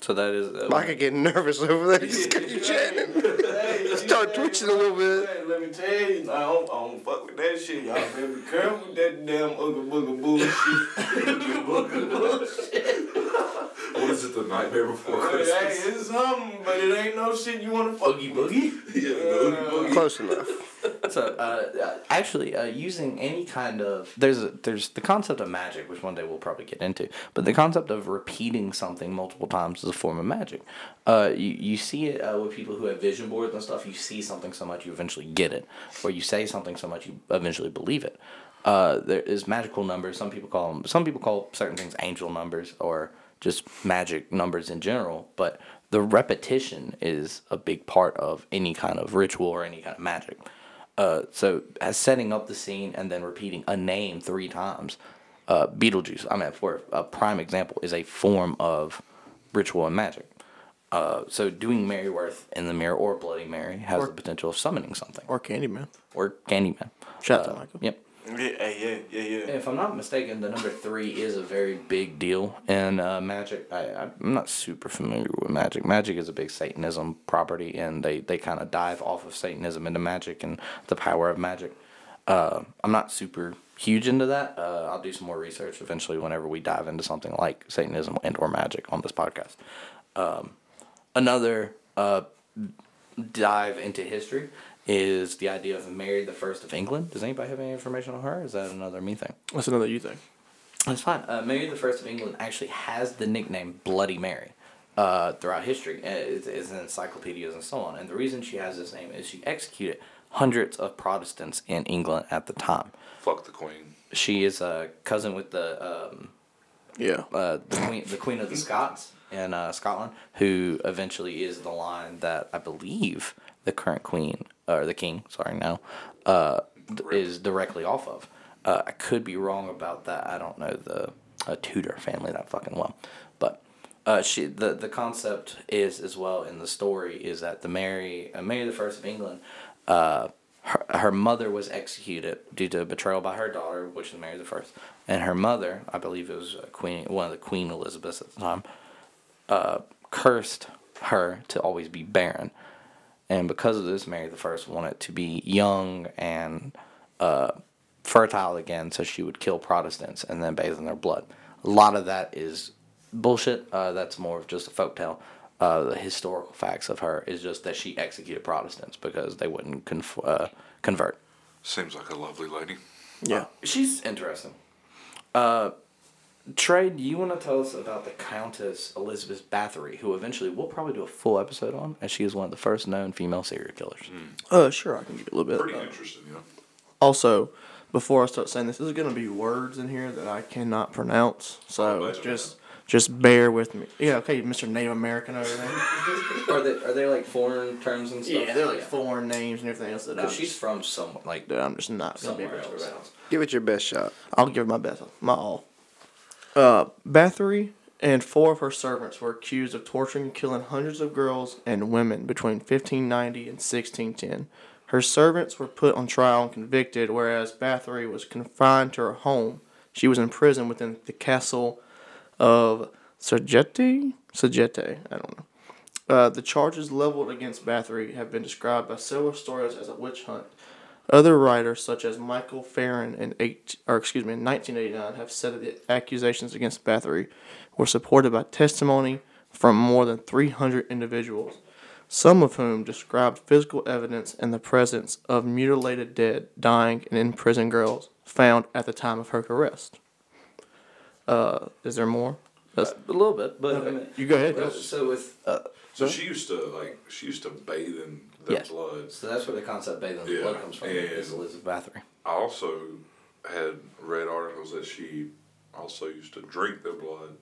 B: So that is uh,
C: I could get nervous over there. Just keep chatting.
D: Hey, you
C: Start
D: say-
C: twitching a little bit.
D: Hey, let me tell you, I don't, I don't fuck with that shit. Y'all better be careful with that damn ooga booga bullshit.
A: What is it? The nightmare before
D: hey, it's something, but it ain't no shit you want to fuck you boogie.
A: Yeah, the oogie
C: Close enough.
B: So uh, uh, actually, uh, using any kind of there's a, there's the concept of magic, which one day we'll probably get into, but the concept of repeating something multiple times is a form of magic. Uh, you you see it uh, with people who have vision boards and stuff. You see something so much, you eventually get it, or you say something so much, you eventually believe it. Uh, there is magical numbers. Some people call them. Some people call certain things angel numbers or just magic numbers in general, but the repetition is a big part of any kind of ritual or any kind of magic. Uh, so as setting up the scene and then repeating a name three times, uh, Beetlejuice. I mean, for a prime example, is a form of ritual and magic. Uh, so doing Mary Worth in the mirror or Bloody Mary has the potential of summoning something
E: Or Candyman.
B: or Candyman.
E: Shout out to Michael.
B: Yep.
D: Yeah, hey, yeah, yeah, yeah.
B: If I'm not mistaken, the number three is a very big deal in uh, magic. I, I'm not super familiar with magic. Magic is a big Satanism property, and they, they kind of dive off of Satanism into magic and the power of magic. Uh, I'm not super huge into that. Uh, I'll do some more research eventually whenever we dive into something like Satanism and or magic on this podcast. Um, another uh, dive into history is the idea of Mary the First of England. Does anybody have any information on her? Or is that another me thing?
E: That's another you thing.
B: That's fine. Uh, Mary the First of England actually has the nickname Bloody Mary uh, throughout history. Uh, It's, it's in encyclopedias and so on. And the reason she has this name is she executed hundreds of Protestants in England at the time.
A: Fuck the queen.
B: She is a cousin with the um,
E: Yeah.
B: uh, the queen the queen of the Scots in uh, Scotland, who eventually is the line that I believe the current queen or the king, sorry, now, uh, th- is directly off of. Uh, I could be wrong about that. I don't know the uh, Tudor family that fucking well, but uh, she the the concept is as well in the story is that the Mary uh, Mary the First of England. Uh, her, her mother was executed due to betrayal by her daughter, which is Mary the First, and her mother, I believe it was uh, Queen, one of the Queen Elizabeths at the time, uh, cursed her to always be barren, and because of this, Mary the First wanted to be young and uh, fertile again, so she would kill Protestants and then bathe in their blood. A lot of that is bullshit. Uh, that's more of just a folktale. Uh, the historical facts of her is just that she executed Protestants because they wouldn't conf- uh, convert.
A: Seems like a lovely lady.
E: Yeah.
B: She's interesting. Uh, Trey, do you want to tell us about the Countess Elizabeth Bathory, who eventually we'll probably do a full episode on, as she is one of the first known female serial killers?
E: Uh, sure, I can give you a little bit.
A: Pretty
E: Uh,
A: interesting, you know.
E: Also, before I start saying this, there's gonna be words in here that I cannot pronounce.
A: Oh,
E: So
A: that's
E: just just bear with me. Yeah, okay, Mr. Native American over there.
B: Are they are they like foreign terms and stuff?
E: yeah, they're like foreign names and everything else that I'm
B: Because she's
E: just-
B: from somewhere like
E: that I'm just not gonna be
B: somewhere
E: able to
B: else.
E: pronounce.
C: Give it your best shot.
E: I'll give my best, my all. Uh, Bathory and four of her servants were accused of torturing and killing hundreds of girls and women between 1590 and 1610. Her servants were put on trial and convicted, whereas Bathory was confined to her home. She was imprisoned within the castle of Sergeti? Sergeti, I don't know. Uh, the charges leveled against Bathory have been described by several historians as a witch hunt. Other writers, such as Michael Farron in eight, or excuse me, in 1989, have said that the accusations against Bathory were supported by testimony from more than 300 individuals, some of whom described physical evidence and the presence of mutilated dead, dying, and imprisoned girls found at the time of her arrest. Uh, is there more? That's,
B: A little bit, but I mean,
E: you go ahead.
B: well, so with uh,
A: So she used to like she used to bathe in their
B: Yes.
A: blood.
B: so that's where the concept bathing in the
A: Yeah,
B: blood comes from.
A: yeah, yeah.
B: Is Elizabeth Bathory?
A: I also had read articles that she also used to drink their blood.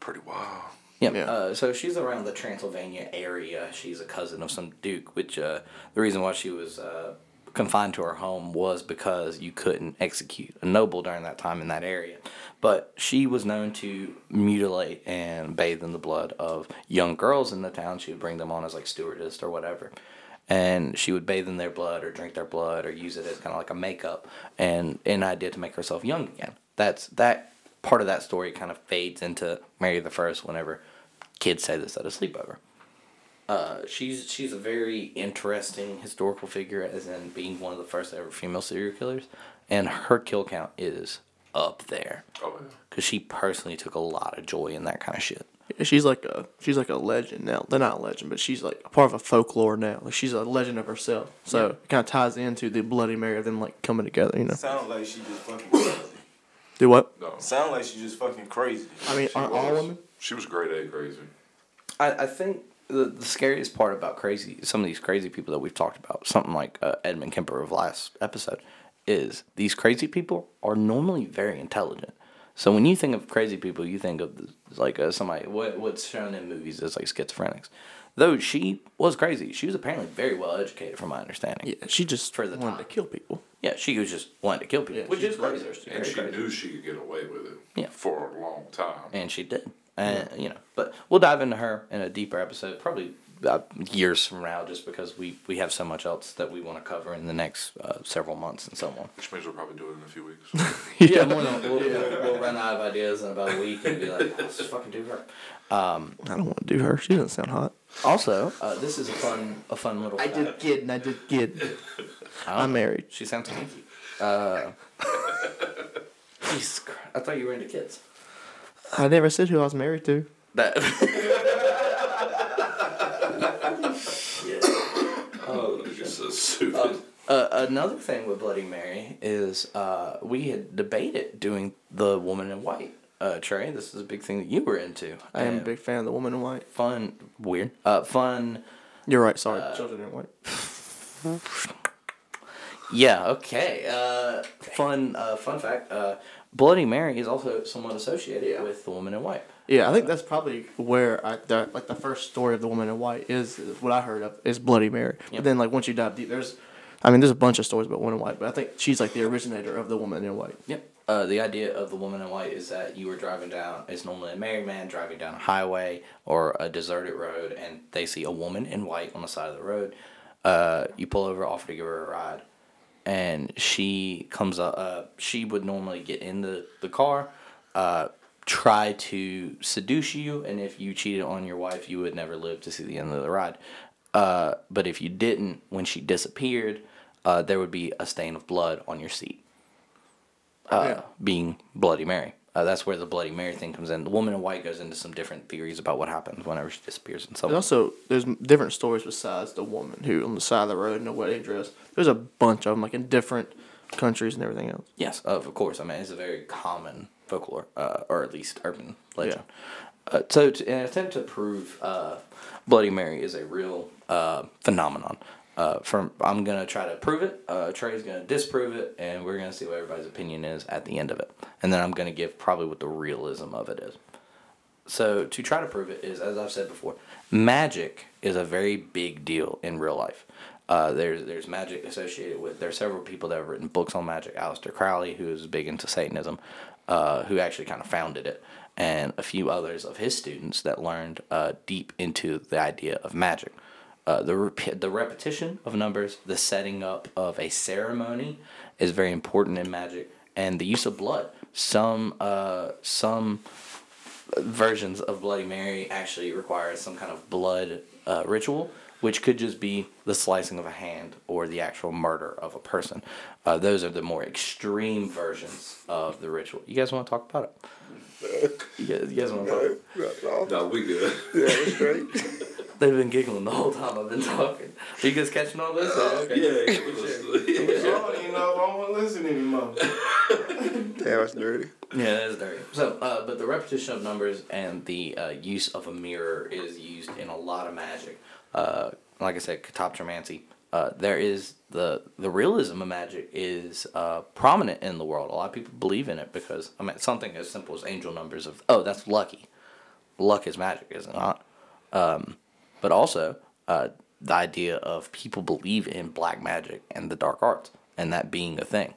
A: Pretty wild.
B: Yeah.
E: Yeah.
B: Uh, so she's around the Transylvania area. She's a cousin of some duke, which uh, the reason why she was uh, confined to her home was because you couldn't execute a noble during that time in that area. But she was known to mutilate and bathe in the blood of young girls in the town. She would bring them on as like stewardess or whatever. And she would bathe in their blood or drink their blood or use it as kind of like a makeup and an idea to make herself young again. That's that part of that story kind of fades into Mary the First whenever kids say this at a sleepover. Uh, she's she's a very interesting historical figure as in being one of the first ever female serial killers, and her kill count is up there
A: Oh yeah.
B: because she personally took a lot of joy in that kind of shit.
E: Yeah, she's like a she's like a legend now. They're not a legend, but she's like a part of a folklore now. Like she's a legend of herself. So it kind of ties into the Bloody Mary of them like coming together. You know,
D: Sound like she just fucking crazy.
E: do what?
A: No.
D: Sound like she just fucking crazy.
E: I mean, aren't all women?
A: She was grade A crazy.
B: I, I think the, the scariest part about crazy some of these crazy people that we've talked about, something like uh, Edmund Kemper of last episode, is these crazy people are normally very intelligent. So when you think of crazy people, you think of the, like uh, somebody what, what's shown in movies is like schizophrenics. Though she was crazy, she was apparently very well educated, from my understanding.
E: Yeah, she just
B: For the
E: wanted to
B: time.
E: kill people.
B: Yeah, she was just wanting to kill people,
E: Yeah,
B: which
E: she's
B: is crazy.
E: crazy.
B: She's
A: And
B: very
A: she
B: crazy
A: knew she could get away with it
B: Yeah.
A: for a long time.
B: and she did. And you know, but we'll dive into her in a deeper episode, probably uh, years from now, just because we we have so much else that we want to cover in the next uh, several months and so on.
A: Which means we'll probably do it in a few weeks.
B: Yeah, more than- we'll, we'll, we'll run out of ideas in about a week and be like, let's just fucking do her.
E: I don't want to do her. She doesn't sound hot.
B: Also, uh, this is a fun a fun little.
E: I
B: fact.
E: just kidding. I just kidding. I'm married.
B: She sounds kinky. Uh, Jesus Christ! I thought you were into kids.
E: I never said who I was married to.
B: That. Shit. Oh,
A: It's so stupid.
B: Uh, another thing with Bloody Mary is uh, we had debated doing the woman in white. Uh, Trey, this is a big thing that you were into.
E: I am a
B: And
E: big fan of the woman in white.
B: fun, weird, uh, fun, Uh,
E: You're right. Sorry, children in white.
B: Yeah. Okay. Uh, fun. Uh, fun fact. Uh, Bloody Mary is also somewhat associated with the woman in white.
E: Yeah, I think that's probably where I the, like the first story of the woman in white is, is what I heard of is Bloody Mary.
B: Yeah.
E: But then like once you dive deep, there's, I mean, there's a bunch of stories about women in white, but I think she's like the originator of the woman in white.
B: Yep. Uh, the idea of the woman in white is that you are driving down. It's normally a married man driving down a highway or a deserted road, and they see a woman in white on the side of the road. Uh, you pull over, offer to give her a ride, and she comes up. Uh, she would normally get in the the car, uh, try to seduce you, and if you cheated on your wife, you would never live to see the end of the ride. Uh, but if you didn't, when she disappeared, uh, there would be a stain of blood on your seat
E: Oh,
B: uh, being Bloody Mary. Uh, that's where the Bloody Mary thing comes in. The woman in white goes into some different theories about what happens whenever she disappears and so
E: There's also there's different stories besides the woman who on the side of the road in a wedding dress. There's a bunch of them like in different countries and everything else.
B: Yes, of course. I mean, it's a very common folklore, uh, or at least urban legend. Uh, so, to, in an attempt to prove uh, Bloody Mary is a real uh, phenomenon, uh, from I'm gonna try to prove it. Uh, Trey's gonna disprove it, and we're gonna see what everybody's opinion is at the end of it. And then I'm gonna give probably what the realism of it is. So, to try to prove it is, as I've said before, magic is a very big deal in real life. Uh, there's there's magic associated with. There are several people that have written books on magic. Aleister Crowley, who is big into Satanism, uh, who actually kind of founded it, and a few others of his students that learned uh, deep into the idea of magic. Uh, the rep- the repetition of numbers, the setting up of a ceremony, is very important in magic, and the use of blood. Some uh, some versions of Bloody Mary actually require some kind of blood uh, ritual, which could just be the slicing of a hand or the actual murder of a person. Uh, those are the more extreme versions of the ritual. You guys want to talk about it? You guys, you guys want to talk?
C: That's all.
A: No, we good.
C: Yeah, that's great.
B: They've been giggling the whole time I've been talking. Are you guys catching all this? Okay.
A: yeah.
D: I don't even know if I want to listen anymore.
C: Damn, that's dirty.
B: Yeah, that is dirty. So, uh, but the repetition of numbers and the uh, use of a mirror is used in a lot of magic. Uh, like I said, catoptromancy. Uh, there is the the realism of magic is uh, prominent in the world. A lot of people believe in it because I mean something as simple as angel numbers of oh that's lucky, luck is magic, is it not? Um, but also uh, the idea of people believe in black magic and the dark arts and that being a thing.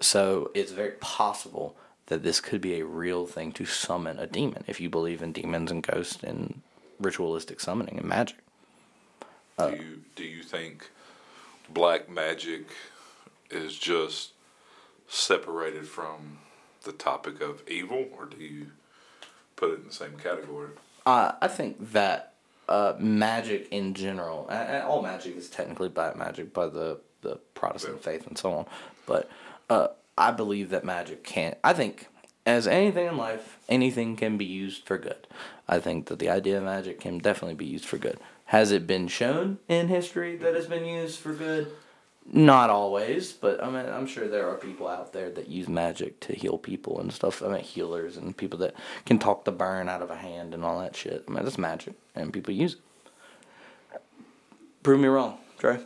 B: So it's very possible that this could be a real thing to summon a demon if you believe in demons and ghosts and ritualistic summoning and magic.
A: do you do you think black magic is just separated from the topic of evil, or do you put it in the same category?
B: Uh, I think that uh, magic in general, and, and all magic is technically black magic by the, the Protestant faith and so on, but uh, I believe that magic can I think, as anything in life, anything can be used for good. I think that the idea of magic can definitely be used for good. Has it been shown in history that it's been used for good? Not always, but I mean, I'm sure there are people out there that use magic to heal people and stuff. I mean, healers and people that can talk the burn out of a hand and all that shit. I mean, that's magic, and people use it. Prove me wrong, Dre.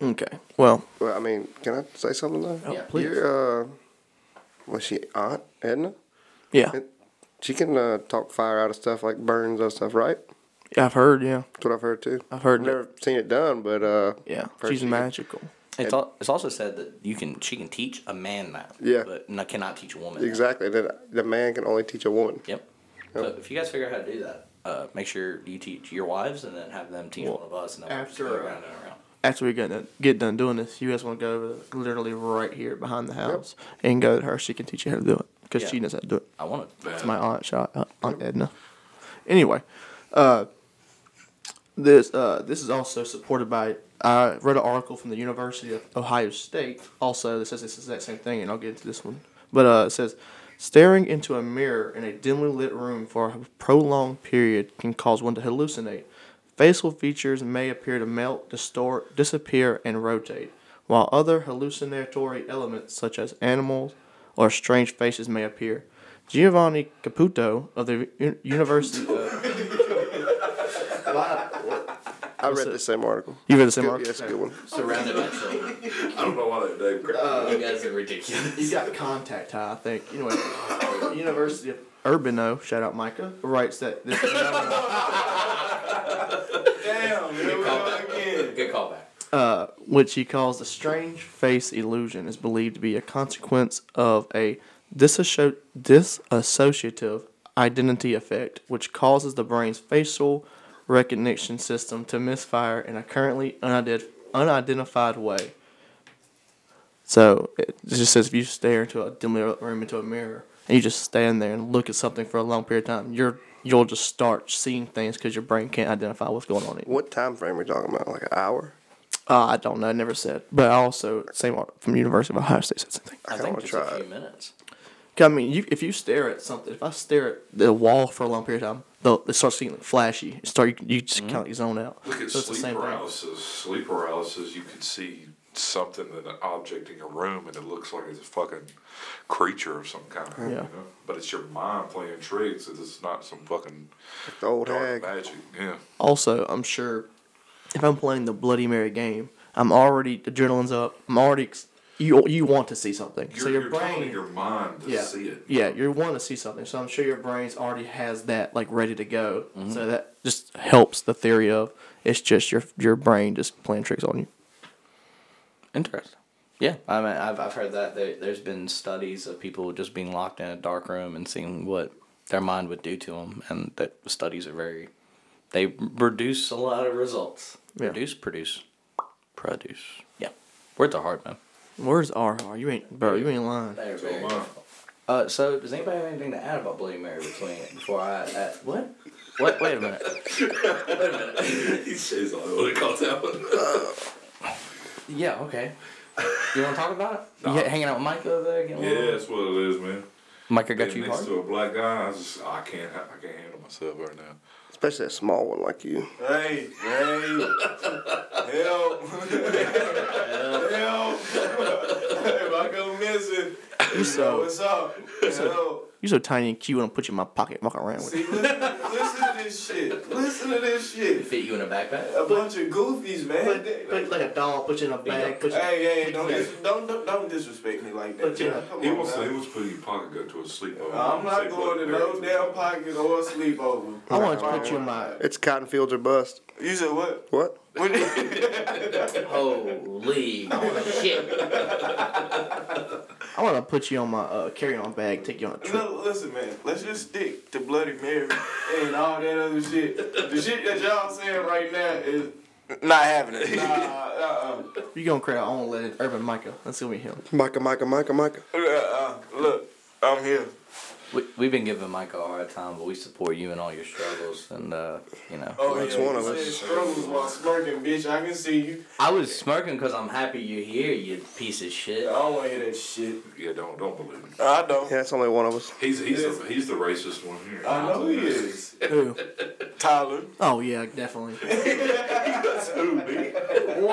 E: Okay. Well,
C: Well, I mean, can I say something though?
B: Yeah.
E: Oh, please.
C: Your, uh, was she Aunt Edna?
E: yeah,
C: It- She can uh, talk fire out of stuff like burns and stuff, right?
E: I've heard. Yeah,
C: That's what I've heard too.
E: I've heard
C: Never seen it done, but uh,
E: yeah,
C: heard
E: she's
C: she-
E: magical.
B: It's, al- it's also said that you can she can teach a man that,
C: Yeah.
B: but no, cannot teach a woman. that.
C: Exactly. That the man can only teach a woman.
B: Yep. So if you guys figure out how to do that, uh, make sure you teach your wives and then have them teach one of us, and then we'll just go
E: after, uh,
B: around and around.
E: After we get done, get done doing this, you guys want to go over the, literally right here behind the house and go to her. She can teach you how to do it because
B: Yeah.
E: she knows how to do it.
B: I want to.
E: It's my aunt shot uh, Aunt Edna. Anyway, uh, this uh, this is also supported by. I read an article from the University of Ohio State. Also, that says this exact same thing, and I'll get into this one. But uh, it says staring into a mirror in a dimly lit room for a prolonged period can cause one to hallucinate. Facial features may appear to melt, distort, disappear, and rotate, while other hallucinatory elements such as animals or strange faces may appear. Giovanni Caputo of the U- University of
C: I read the same article.
E: You read the same
C: Good-
E: article?
C: That's a good one.
B: Surrounded by children.
F: I don't know why that Dave crap.
B: You guys are ridiculous.
E: He's got contact high, I think. Anyway, University of Urbano, shout out Micah, writes that this
D: Damn, here we go again.
B: Good callback.
E: uh, which he calls the strange face illusion, is believed to be a consequence of a disasso- disassociative identity effect, which causes the brain's facial recognition system to misfire in a currently unident- unidentified way. So it just says if you stare into a dimly lit room into a mirror and you just stand there and look at something for a long period of time, you're you'll just start seeing things because your brain can't identify what's going on. anymore.
C: What time frame are we talking about? Like an hour?
E: Uh, I don't know. I never said. But I also same ar- from University of Ohio State said something.
C: I,
B: I
C: kind
B: think
C: of
B: just
C: try
B: a few
C: it.
B: minutes.
E: I mean, you, if you stare at something, if I stare at the wall for a long period of time, they'll, it starts getting flashy. It start you, you just kind of zone out.
A: Look at
E: So it's the
A: sleep
E: same thing.
A: paralysis. Sleep paralysis, you could see something, an object in your room, and it looks like it's a fucking creature of some kind. you
E: Yeah.
A: know? But it's your mind playing tricks. It's not some fucking
C: The old
A: dark
C: hag.
A: magic. Yeah.
E: Also, I'm sure if I'm playing the Bloody Mary game, I'm already adrenaline's up. I'm already ex- you you want to see something.
A: You're,
E: so your
A: you're telling
E: brain
A: your mind to
E: yeah,
A: see it.
E: yeah, you want to see something. So I'm sure your brain's already has that like ready to go.
D: Mm-hmm.
E: So that just helps the theory of it's just your your brain just playing tricks on you.
B: Interesting. Yeah, I mean, I've I've heard that there, there's been studies of people just being locked in a dark room and seeing what their mind would do to them, and that studies are very, they produce a lot of results.
E: Yeah.
B: Produce, produce, produce. Yeah, words are hard, man.
E: Where's RR? You ain't bro. You ain't lying.
B: They're
A: So
B: very.
A: am I.
B: Uh, so does anybody have anything to add about Bloody Mary between before I uh, what? What? Wait a minute.
F: He says I would have caught that one.
B: Yeah. Okay. You want to talk about it? You hanging out with Mike over there? Getting
A: Yeah, that's what it is, man.
B: Micah got
A: Being
B: you
A: next
B: hard.
A: to a black guy, I, just, I can't, I can't handle myself right now.
C: Especially a small one like you.
D: Hey, hey, help, help! if I go missing, you know what's up? Help.
E: You so tiny and cute. I'm put you in my pocket. Walk around with. you.
D: See, listen, listen to this shit. Listen to this shit.
B: Fit you in a backpack.
D: A bunch of goofies, man. They-
E: like a doll. Put you in a bag. Put
D: Hey, hey, don't, dis- don't don't don't disrespect me like that.
E: But, yeah.
D: Come
A: He
D: on,
A: wants,
D: man.
A: he wants to put your pocket gun to a uh, sleepover.
D: I'm
A: Say
D: not going to
A: Bloody
D: no
A: Mary.
D: damn pocket or sleepover.
E: I want to put you in my.
C: It's cotton fields or bust.
D: You said what?
C: What?
D: What did-
B: Holy shit.
E: I want to put you on my uh, carry-on bag. Take you on a trip.
D: No, listen, man. Let's just stick to Bloody Mary and all that other shit. The shit that y'all saying right now is
C: Not having it.
D: nah, uh, uh,
E: You gonna create our own legend, Urban Micah. That's gonna be him.
C: Micah, Micah, Micah, Micah.
D: uh, uh, look. I'm here.
B: We, we've been giving Michael a hard time, but we support you in all your struggles. And, uh, you know.
D: Oh
C: Next
D: yeah,
C: one
D: you
C: of us.
D: said Struggles while smirking, bitch. I can see you.
B: I was smirking because I'm happy you're here, you piece of shit.
D: I don't want to hear that shit.
A: Yeah, don't don't believe him.
D: I don't.
C: Yeah, that's only one of us.
A: He's he's the, he's the racist one here.
D: I know he is.
E: Who?
D: Tyler.
E: Oh yeah, definitely.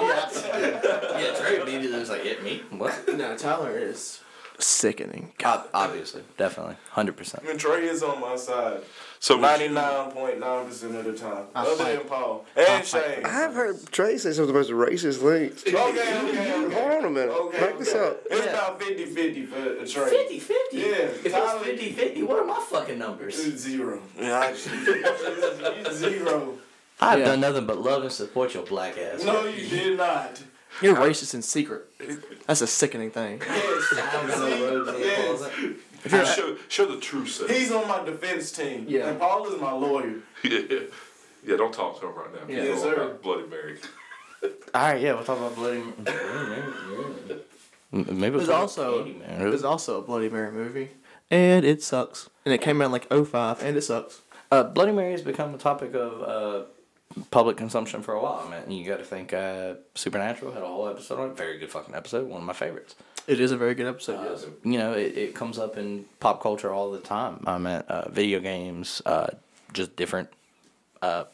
B: Yeah, Trey immediately was like, hit me? What?
E: no, Tyler is sickening.
B: Ob- obviously. Definitely. 100%.
D: I mean, Trey is on my side.
A: So would you-
D: 99.9% of the time.
E: I
D: Other
E: fight.
D: than Paul. And Shane.
C: I've heard Trey say some of the most racist things.
D: Okay, okay, okay.
C: Hold on a minute.
D: Okay,
C: Back this
D: okay.
C: up.
D: It's
B: Yeah.
D: about 50 50 for a Trey.
B: 50 50?
D: Yeah,
B: If it's
D: Tyler-
B: 50 50, what are my fucking numbers?
D: Zero. Zero.
B: I've
E: Yeah.
B: done nothing but love and support your black ass.
D: No, you did not.
E: You're racist in secret. That's a sickening thing.
B: Diamonds on the roads and the
D: Yes.
B: closet.
A: show, show the true self.
D: He's on my defense team.
E: Yeah.
D: And Paul is my lawyer.
A: yeah. yeah, don't talk to him right now.
E: Yeah.
A: He's
D: Yes,
A: all
D: sir.
A: about Bloody Mary.
B: All right, yeah, we'll talk about Bloody Maybe
E: There's also there's also a Bloody Mary movie, and it sucks. And it came out in like 05, and it sucks.
B: Uh, Bloody Mary has become a topic of uh, public consumption for a while, man. You got to think uh, Supernatural had a whole episode on it. Very good fucking episode. One of my favorites.
E: It is a very good episode. yes.
B: You know, it, it comes up in pop culture all the time. I mean, uh, video games, uh, just different, uh,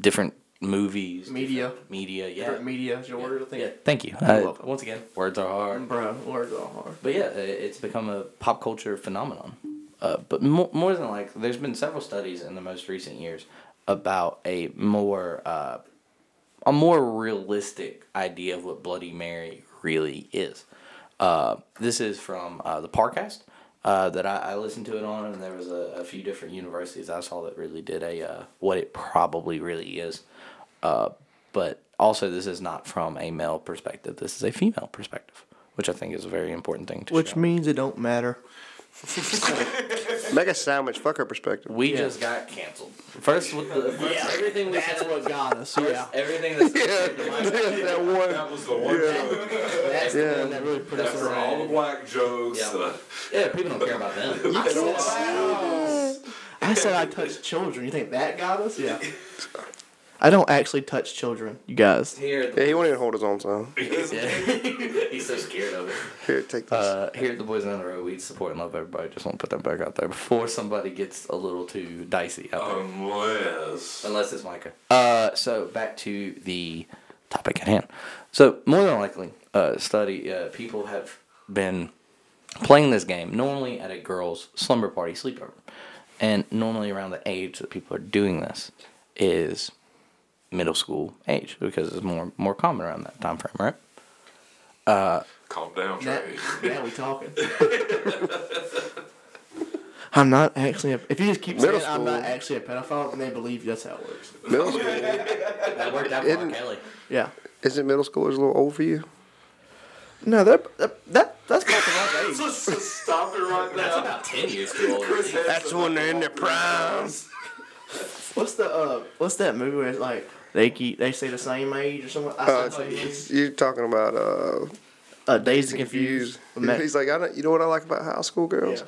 B: different movies,
E: Media.
B: different media, yeah.
E: Different media. Is your word? I think.
B: yeah. Thank you. Uh,
E: welcome.
B: once again, words are hard.
E: Bro, words all hard.
B: But yeah, i- it's become a pop culture phenomenon. Uh, but more, more than like, there's been several studies in the most recent years about a more uh, a more realistic idea of what Bloody Mary really is. Uh, this is from uh, the Parcast uh, that I, I listened to it on, and there was a, a few different universities I saw that really did a uh, what it probably really is. Uh, but also, this is not from a male perspective. This is a female perspective, which I think is a very important thing to
E: Which
B: show.
E: means it don't matter.
C: Make a sandwich. Fuck her perspective.
B: We just got canceled. First, with the, first everything we said was
E: Got us. Yeah.
B: everything that's
C: that one.
A: That was the one.
B: that's the
C: Yeah.
B: one that really put us
F: After all the
B: around.
F: black jokes,
B: Yeah.
F: uh,
B: Yeah, people don't care about them.
E: I said I touched children. You think that got us? Yeah. I don't actually touch children, you guys.
B: Here,
C: Yeah, he won't even hold his own son.
B: he's so scared of it.
C: Here, take this.
B: Uh, here at the Boys on the Road, we support and love everybody. Just want to put that back out there before somebody gets a little too dicey out there.
F: unless
B: Unless it's Micah. Uh, so back to the topic at hand. So more than likely, uh, study uh, people have been playing this game normally at a girl's slumber party sleepover, and normally around the age that people are doing this is middle school age because it's more more common around that time frame, right?
A: Calm down,
E: Now,
A: Trey.
E: now we talking. I'm not actually. A, if you just keep
C: Middle
E: saying I'm not
C: school.
E: actually a pedophile, then they believe that's how it works.
C: middle school.
B: That worked out
C: Isn't-
B: Kelly.
E: Yeah.
C: Isn't middle school a little old for you?
E: No, that that, that that's not the right thing.
D: Stop it right
B: That's
D: now.
B: about ten years too old.
C: That's when they're in their primes.
E: What's the uh? What's that movie where it's like they keep they say the same age or something? I
C: Uh,
E: said same age.
C: You're talking about uh,
E: Uh, Days and
C: confused.
E: Confused. Ma-
C: He's like, I don't, you know what I like about high school girls?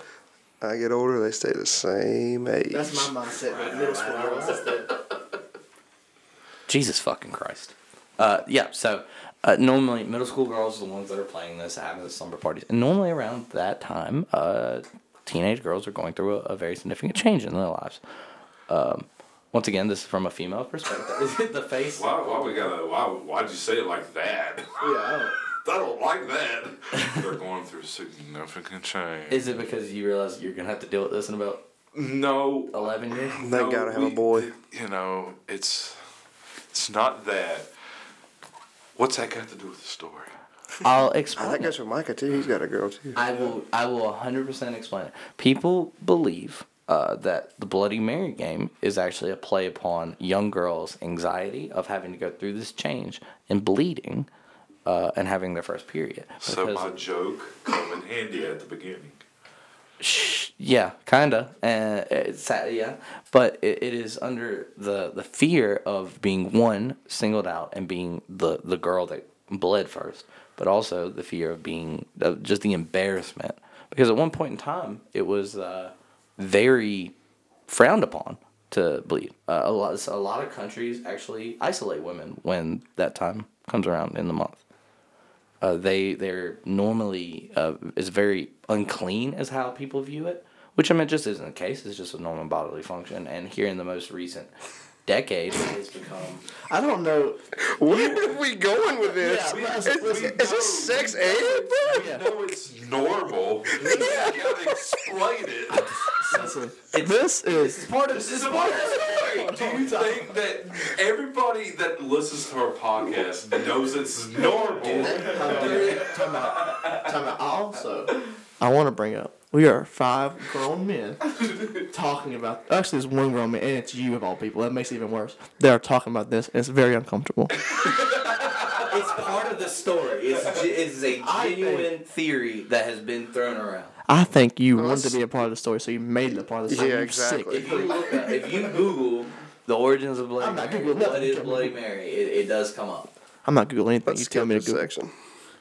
C: I get older, they stay the same age.
E: That's my mindset. with middle school girls.
B: Jesus fucking Christ. Uh, yeah, so uh, normally middle school girls are the ones that are playing this, having the slumber parties. And normally around that time, uh, teenage girls are going through a, a very significant change in their lives. Um, once again, this is from a female perspective. the face.
F: why, why we gotta why why'd you say it like that?
E: Yeah, I don't-
F: I don't like that.
A: They're going through significant change.
B: Is it because you realize you're going to have to deal with this in about
A: no,
B: 11 years?
C: They
A: No,
C: gotta have a
A: we-
C: boy.
A: You know, it's it's not that. What's that got to do with the story?
B: I'll
C: I
B: explain.
C: that
B: it.
C: goes for Micah too. He's got a girl too.
B: I will. I will 100% explain it. People believe uh, that the Bloody Mary game is actually a play upon young girls' anxiety of having to go through this change and bleeding, uh, and having their first period.
A: So
B: Because-
A: my joke come in handy at the beginning.
B: Sh- yeah, kinda. And eh, it's sad, yeah, but it, it is under the the fear of being one singled out and being the the girl that bled first, but also the fear of being of just the embarrassment because at one point in time it was uh, very frowned upon to bleed. Uh, a lot a lot of countries actually isolate women when that time comes around in the month uh, they they're normally uh, is very unclean as how people view it, which I mean just isn't the case. It's just a normal bodily function, and here in the most recent decade, it has become
E: I don't know.
C: Where are we going with this?
E: Yeah,
C: is,
E: let's-
C: is it sex ed, bro?
A: No, it's normal. You gotta explain it.
E: Listen, this is
B: part of this is part of
F: Do you think that everybody that listens to our podcast knows it's normal?
E: Time out. Time out. Also, I want to bring up we are five grown men talking about. Actually, there's one grown man, and it's you of all people. That makes it even worse. They are talking about this, and it's very uncomfortable.
B: it's part of the story. It's ge- it's a genuine theory that has been thrown around.
E: I think you wanted to be a part of the story, so you made it a part of the story.
C: Yeah,
E: You're
C: exactly.
E: Sick.
B: If you look, up- if you Google the origins of Bloody
E: I'm not
B: Mary,
E: Googling
B: what is
E: nothing.
B: Bloody Mary, it, it does come up.
E: I'm not googling anything.
C: Let's
E: you
C: skip
E: tell me to
C: this
E: Google.
C: section.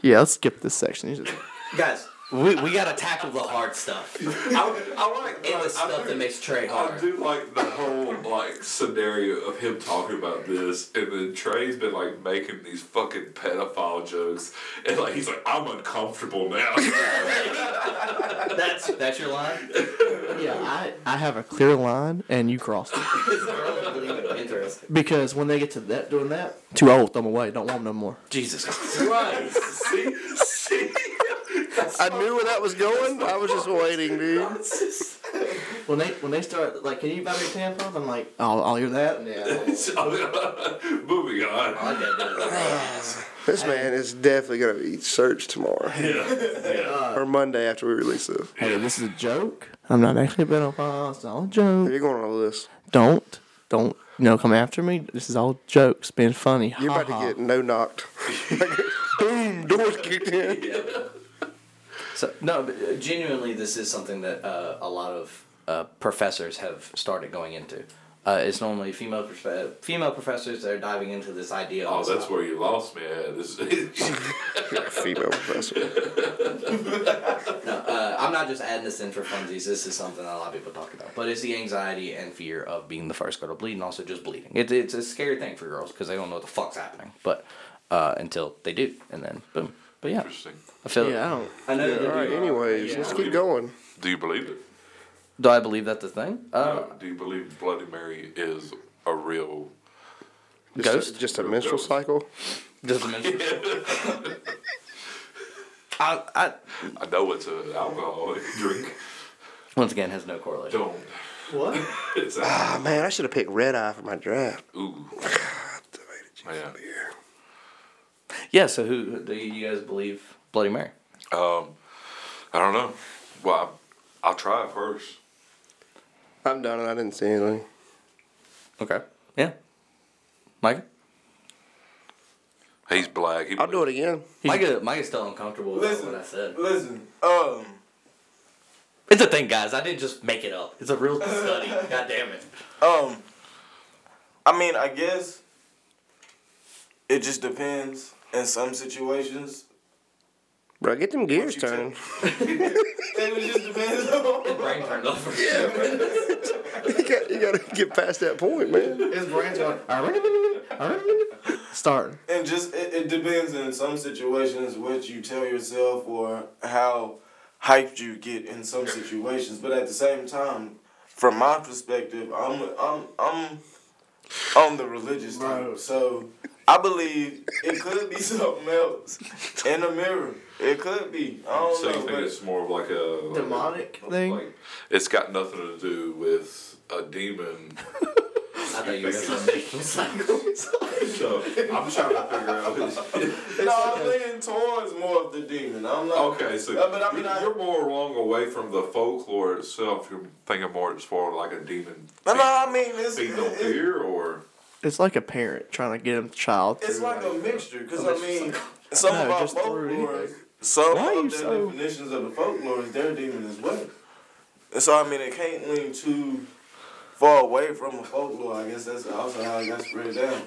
E: Yeah, let's skip this section. You just-
B: Guys, we, we gotta tackle the hard stuff.
F: I, I like
B: It's the
F: I- I
B: stuff
F: do-
B: that makes Trey
F: I
B: hard.
F: do like the whole like scenario of him talking about this, and then Trey's been like making these fucking pedophile jokes, and like he's like, "I'm uncomfortable now."
B: That's that's your line.
E: yeah, I, I have a clear line, and you crossed it.
B: Interesting.
E: Because when they get to that doing that, too old, throw them away. Don't want them no more.
B: Jesus Christ.
F: see, see,
C: I knew where that was going. I was just waiting, dude.
E: when they when they start like, can you buy me tampons? I'm like, I'll I'll hear that. Yeah.
A: So, moving on.
C: This man is definitely gonna be searched tomorrow or Monday after we release this.
E: Hey, this is a joke. I'm not actually a pedophile. It's all a joke.
C: You're going on a list.
E: Don't don't you know come after me. This is all jokes. Being funny.
C: You're about to get no knocked. Boom, doors kicked in.
B: So, no, but uh, genuinely, this is something that uh, a lot of uh, professors have started going into. Uh, it's normally female prof- uh, female professors that are diving into this idea.
A: Oh, that's where you lost me at. This
C: Female professor.
B: uh, I'm not just adding this in for funsies. This is something that a lot of people talk about, but it's the anxiety and fear of being the first girl to bleed, and also just bleeding. It's it's a scary thing for girls because they don't know what the fuck's happening, but uh, until they do, and then boom. But yeah,
A: interesting.
B: I feel.
E: Yeah, I don't.
B: I know. that
C: All right.
B: you-
C: Anyways, let's keep going.
A: Do you believe it?
B: Do I believe that's the thing? Uh,
A: No. Do you believe Bloody Mary is a real?
C: Just
B: Ghost?
C: A, just a menstrual
A: Ghost.
C: cycle.
B: Does the menstrual? I, I
A: I know it's an alcoholic drink.
B: once again has no correlation.
A: Don't.
E: What?
A: It's a,
C: Oh, man, I should have picked red eye for my draft.
A: ooh. Yeah.
B: Yeah. So who do you guys believe Bloody Mary?
A: Um, I don't know. Well, I, I'll try it first.
C: I'm done and I didn't see anything.
B: Okay. Yeah. Micah.
A: He's black. He
C: I'll do it again.
B: Micah. Micah's still uncomfortable with
D: Listen,
B: what I said.
D: listen. Um,
B: It's a thing, guys. I didn't just make it up. It's a real study. God damn it.
D: um. I mean, I guess it just depends. In some situations,
C: Bro, get them gears
D: you tell-
C: turning.
D: it just depends on.
B: Brain turned over.
C: you, got, you gotta get past that point, man.
E: His brain's going. Starting.
D: And just it, it depends in some situations what you tell yourself or how hyped you get in some situations. But at the same time, from my perspective, I'm I'm I'm on the religious type. So I believe it could be something else in a mirror. It could be. I don't
A: So you
D: know.
A: think
D: but-
A: it's more of like a like a-
E: Demonic thing?
A: Like, it's got nothing to do with a demon.
B: I thought you were going to menstrual cycle.
A: so I'm trying to figure out. His,
D: no, I'm leaning towards more of the demon. I'm not.
A: okay, so
D: Uh, but I mean,
A: you're,
D: I-
A: you're more along away from the folklore itself. You're thinking more it's more like a demon.
D: No, no, I mean it's
A: Feed no
D: it's,
A: fear or
E: It's like a parent trying to get him child.
D: it's
E: through,
D: like a mixture because I mean some
E: No,
D: of our
E: just through
D: folklore,
E: anything.
D: some
E: Why are you
D: of their
E: so-
D: definitions of the folklore is their demon as well. And so I mean it can't lean too far away from a folklore. I guess that's also how it got spread down.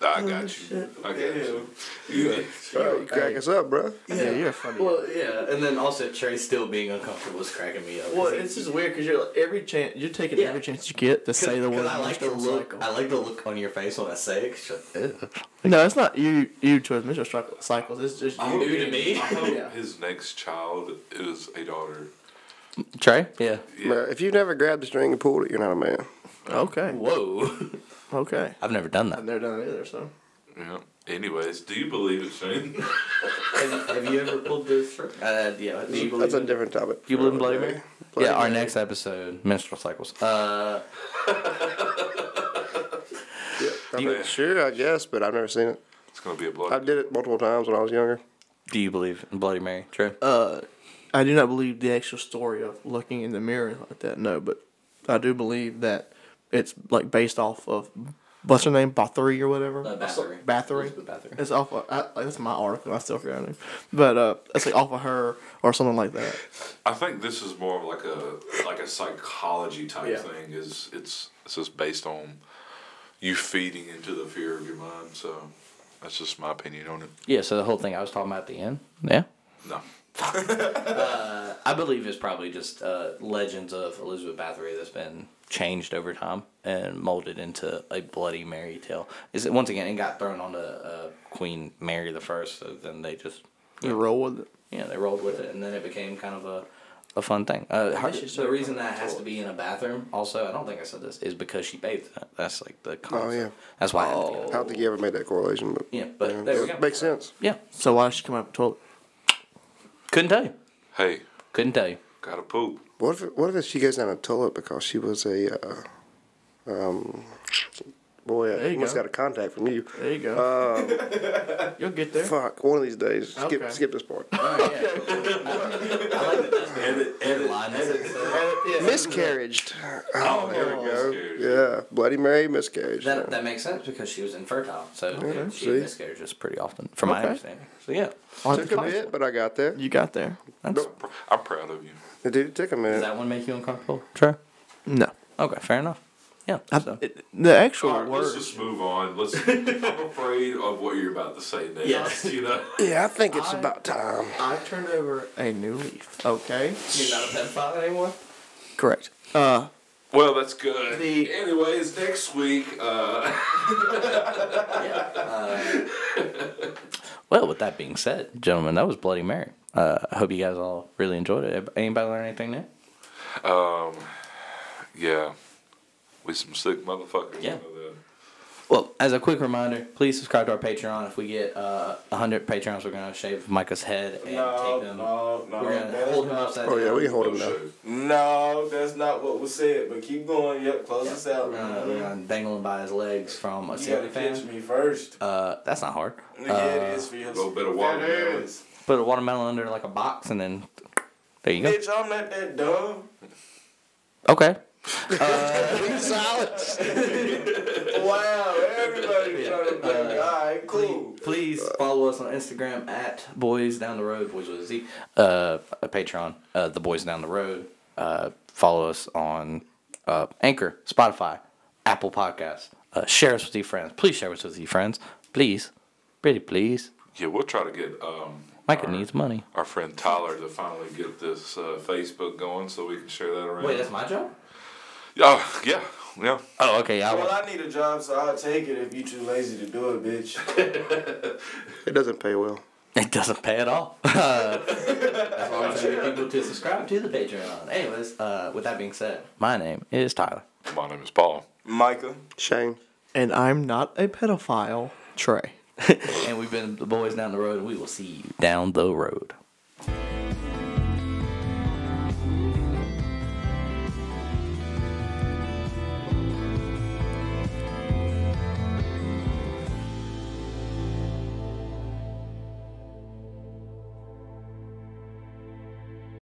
A: I got you. I got
E: Oh,
A: you. You-
C: Bro, you crack us up, bro.
E: yeah, you're funny.
B: Well, yeah. And then also, Trey still being uncomfortable is cracking me up.
E: Well, it's just weird because you're like, every chance you're taking
B: Yeah.
E: every chance you get to say the word.
B: I like the
E: menstrual
B: look.
E: cycle.
B: I like the look on your face when I say it. 'cause you're like, "Ew."
E: No, it's not you. You towards menstrual cycle- cycles. It's just
A: I
E: you.
A: hope-
B: New to me.
A: I hope
E: Yeah.
A: his next child is a daughter.
B: Trey? Yeah.
C: Bro, if you've never grabbed a string and pulled it, you're not a man.
E: Okay.
B: Whoa.
E: Okay.
B: I've never done that.
E: I've never done it either. So
A: Yeah. Anyways, do you believe it, Shane?
B: have, have you ever pulled this? Uh, yeah. Do you believe
C: That's a
B: in-
C: different topic.
B: You believe in Bloody Mary?
C: Bloody
B: yeah, our
C: Mary.
B: next episode, menstrual cycles. Uh,
C: I mean, sure, I guess, but I've never seen it.
A: It's gonna be a
C: I
A: blood.
C: did it multiple times when I was younger.
B: do you believe in Bloody Mary? Uh, True.
E: I do not believe the actual story of looking in the mirror like that. No, but I do believe that it's like based off of what's her name, Bathory or whatever.
B: Uh, Bathory.
E: Bathory.
B: Elizabeth Bathory.
E: It's off. Of, I, like, that's my article. I still forgot her name, but uh, it's like off of her or something like that.
A: I think this is more of like a like a psychology type
E: Yeah.
A: thing. Is it's it's just based on you feeding into the fear of your mind. So that's just my opinion on it.
B: Yeah, so the whole thing I was talking about at the end. Yeah.
A: No.
B: I believe it's probably just uh, legends of Elizabeth Bathory that's been changed over time and molded into a Bloody Mary tale. Is it once again it got thrown onto uh, Queen Mary the First, so then they just
E: You roll with it.
B: yeah they rolled with it, and then it became kind of a a fun thing. Uh, her,
E: she
B: the reason that has to be in a bathroom, also, I don't think I said this, is because she bathed. in it. That's like the concept.
C: Oh, yeah. Oh.
B: That's why. I had to be
C: I don't think you ever made that correlation, but
B: Yeah, but
C: you know,
B: there we
C: it
B: go.
C: makes sense.
B: yeah,
E: So why did she come out of the toilet?
B: couldn't tell you.
A: Hey,
B: Couldn't tell you.
A: Gotta poop.
C: What if what if she goes down a toilet because she was a uh, um boy
E: There
C: I
E: you
C: almost
E: go.
C: got a contact from you.
E: There you go. You'll get there.
C: Uh, Fuck, one of these days. Skip
E: Okay.
C: skip this part.
F: Edit, edit,
B: Line is-
F: edit.
C: Miscarriaged.
F: Oh,
C: There we go.
F: miscarriage.
C: Yeah. Bloody Mary miscarriage.
B: That, that makes sense because she was infertile, so she
C: see?
B: had miscarriages pretty often, from my
E: Okay.
B: understanding. So yeah,
E: On
C: Took
E: the
C: a
E: con-
C: bit, but I got there.
E: You got there.
B: that's,
A: I'm proud of you.
C: Dude, it took a
B: does
C: minute.
B: that one make you uncomfortable? Sure.
E: No.
B: Okay, fair enough. Yeah. so.
E: It- the actual
F: All right, let's
E: word.
F: just move on. Let's. I'm afraid of what you're about to say next.
B: Yes.
F: You know.
C: Yeah, I think it's
E: I-
C: about time.
E: I turned over a new leaf. Okay.
B: You're not a pedophile anymore.
E: Correct. Uh,
F: Well, that's good.
E: The-
F: Anyways, next week. Uh,
B: Well, with that being said, gentlemen, that was Bloody Mary. Uh, I hope you guys all really enjoyed it. Anybody learn anything new?
A: Yeah. We some sick motherfuckers.
B: Yeah.
A: you know that.
B: Well, as a quick reminder, please subscribe to our Patreon. If we get uh, 100 Patreons, we're going to shave Micah's head and
D: No,
B: take them.
D: no, no.
B: we're going to
D: that's
B: hold him
D: not-
B: upside
C: Oh yeah,
B: down.
C: we can hold
A: Oh,
C: him now.
A: shit.
D: No, that's not what was said. But keep going. Yep, close this out.
B: We're gonna- we're going to uh, dangle him by his legs from a
D: You gotta
B: ceiling
D: catch
B: fan.
D: me first.
B: Uh, that's not hard. Uh,
D: yeah, it is for your
F: little bit of
D: fat
F: watermelon.
D: ass.
B: Put a watermelon under like a box and then there you go.
D: Bitch, I'm not that dumb.
B: Okay. Uh,
D: Wow, everybody's trying to play me. All right, cool.
B: Please follow us on Instagram at Boys Down the Road, Boys with a Z. Uh, Patreon, uh, The Boys Down the Road. Uh, follow us on uh, Anchor, Spotify, Apple Podcasts. Uh, share us with your friends. Please share us with your friends. Please. Pretty please.
A: Yeah, we'll try to get um
B: Micah
A: our,
B: needs money.
A: our friend Tyler to finally get this uh, Facebook going so we can share that around.
B: my job?
A: Oh, yeah, yeah.
B: Oh, okay. I
D: Well,
B: will.
D: I need a job, so I'll take it if you too lazy to do it, bitch.
C: It doesn't pay well.
B: It doesn't pay at all. Uh, That's why I'm telling people to subscribe to the Patreon. Anyways, uh, with that being said, my name is Tyler.
A: My name is Paul.
D: Micah.
C: Shame.
E: and I'm not a pedophile. Trey.
B: and we've been the boys down the road, and we will see you down the road.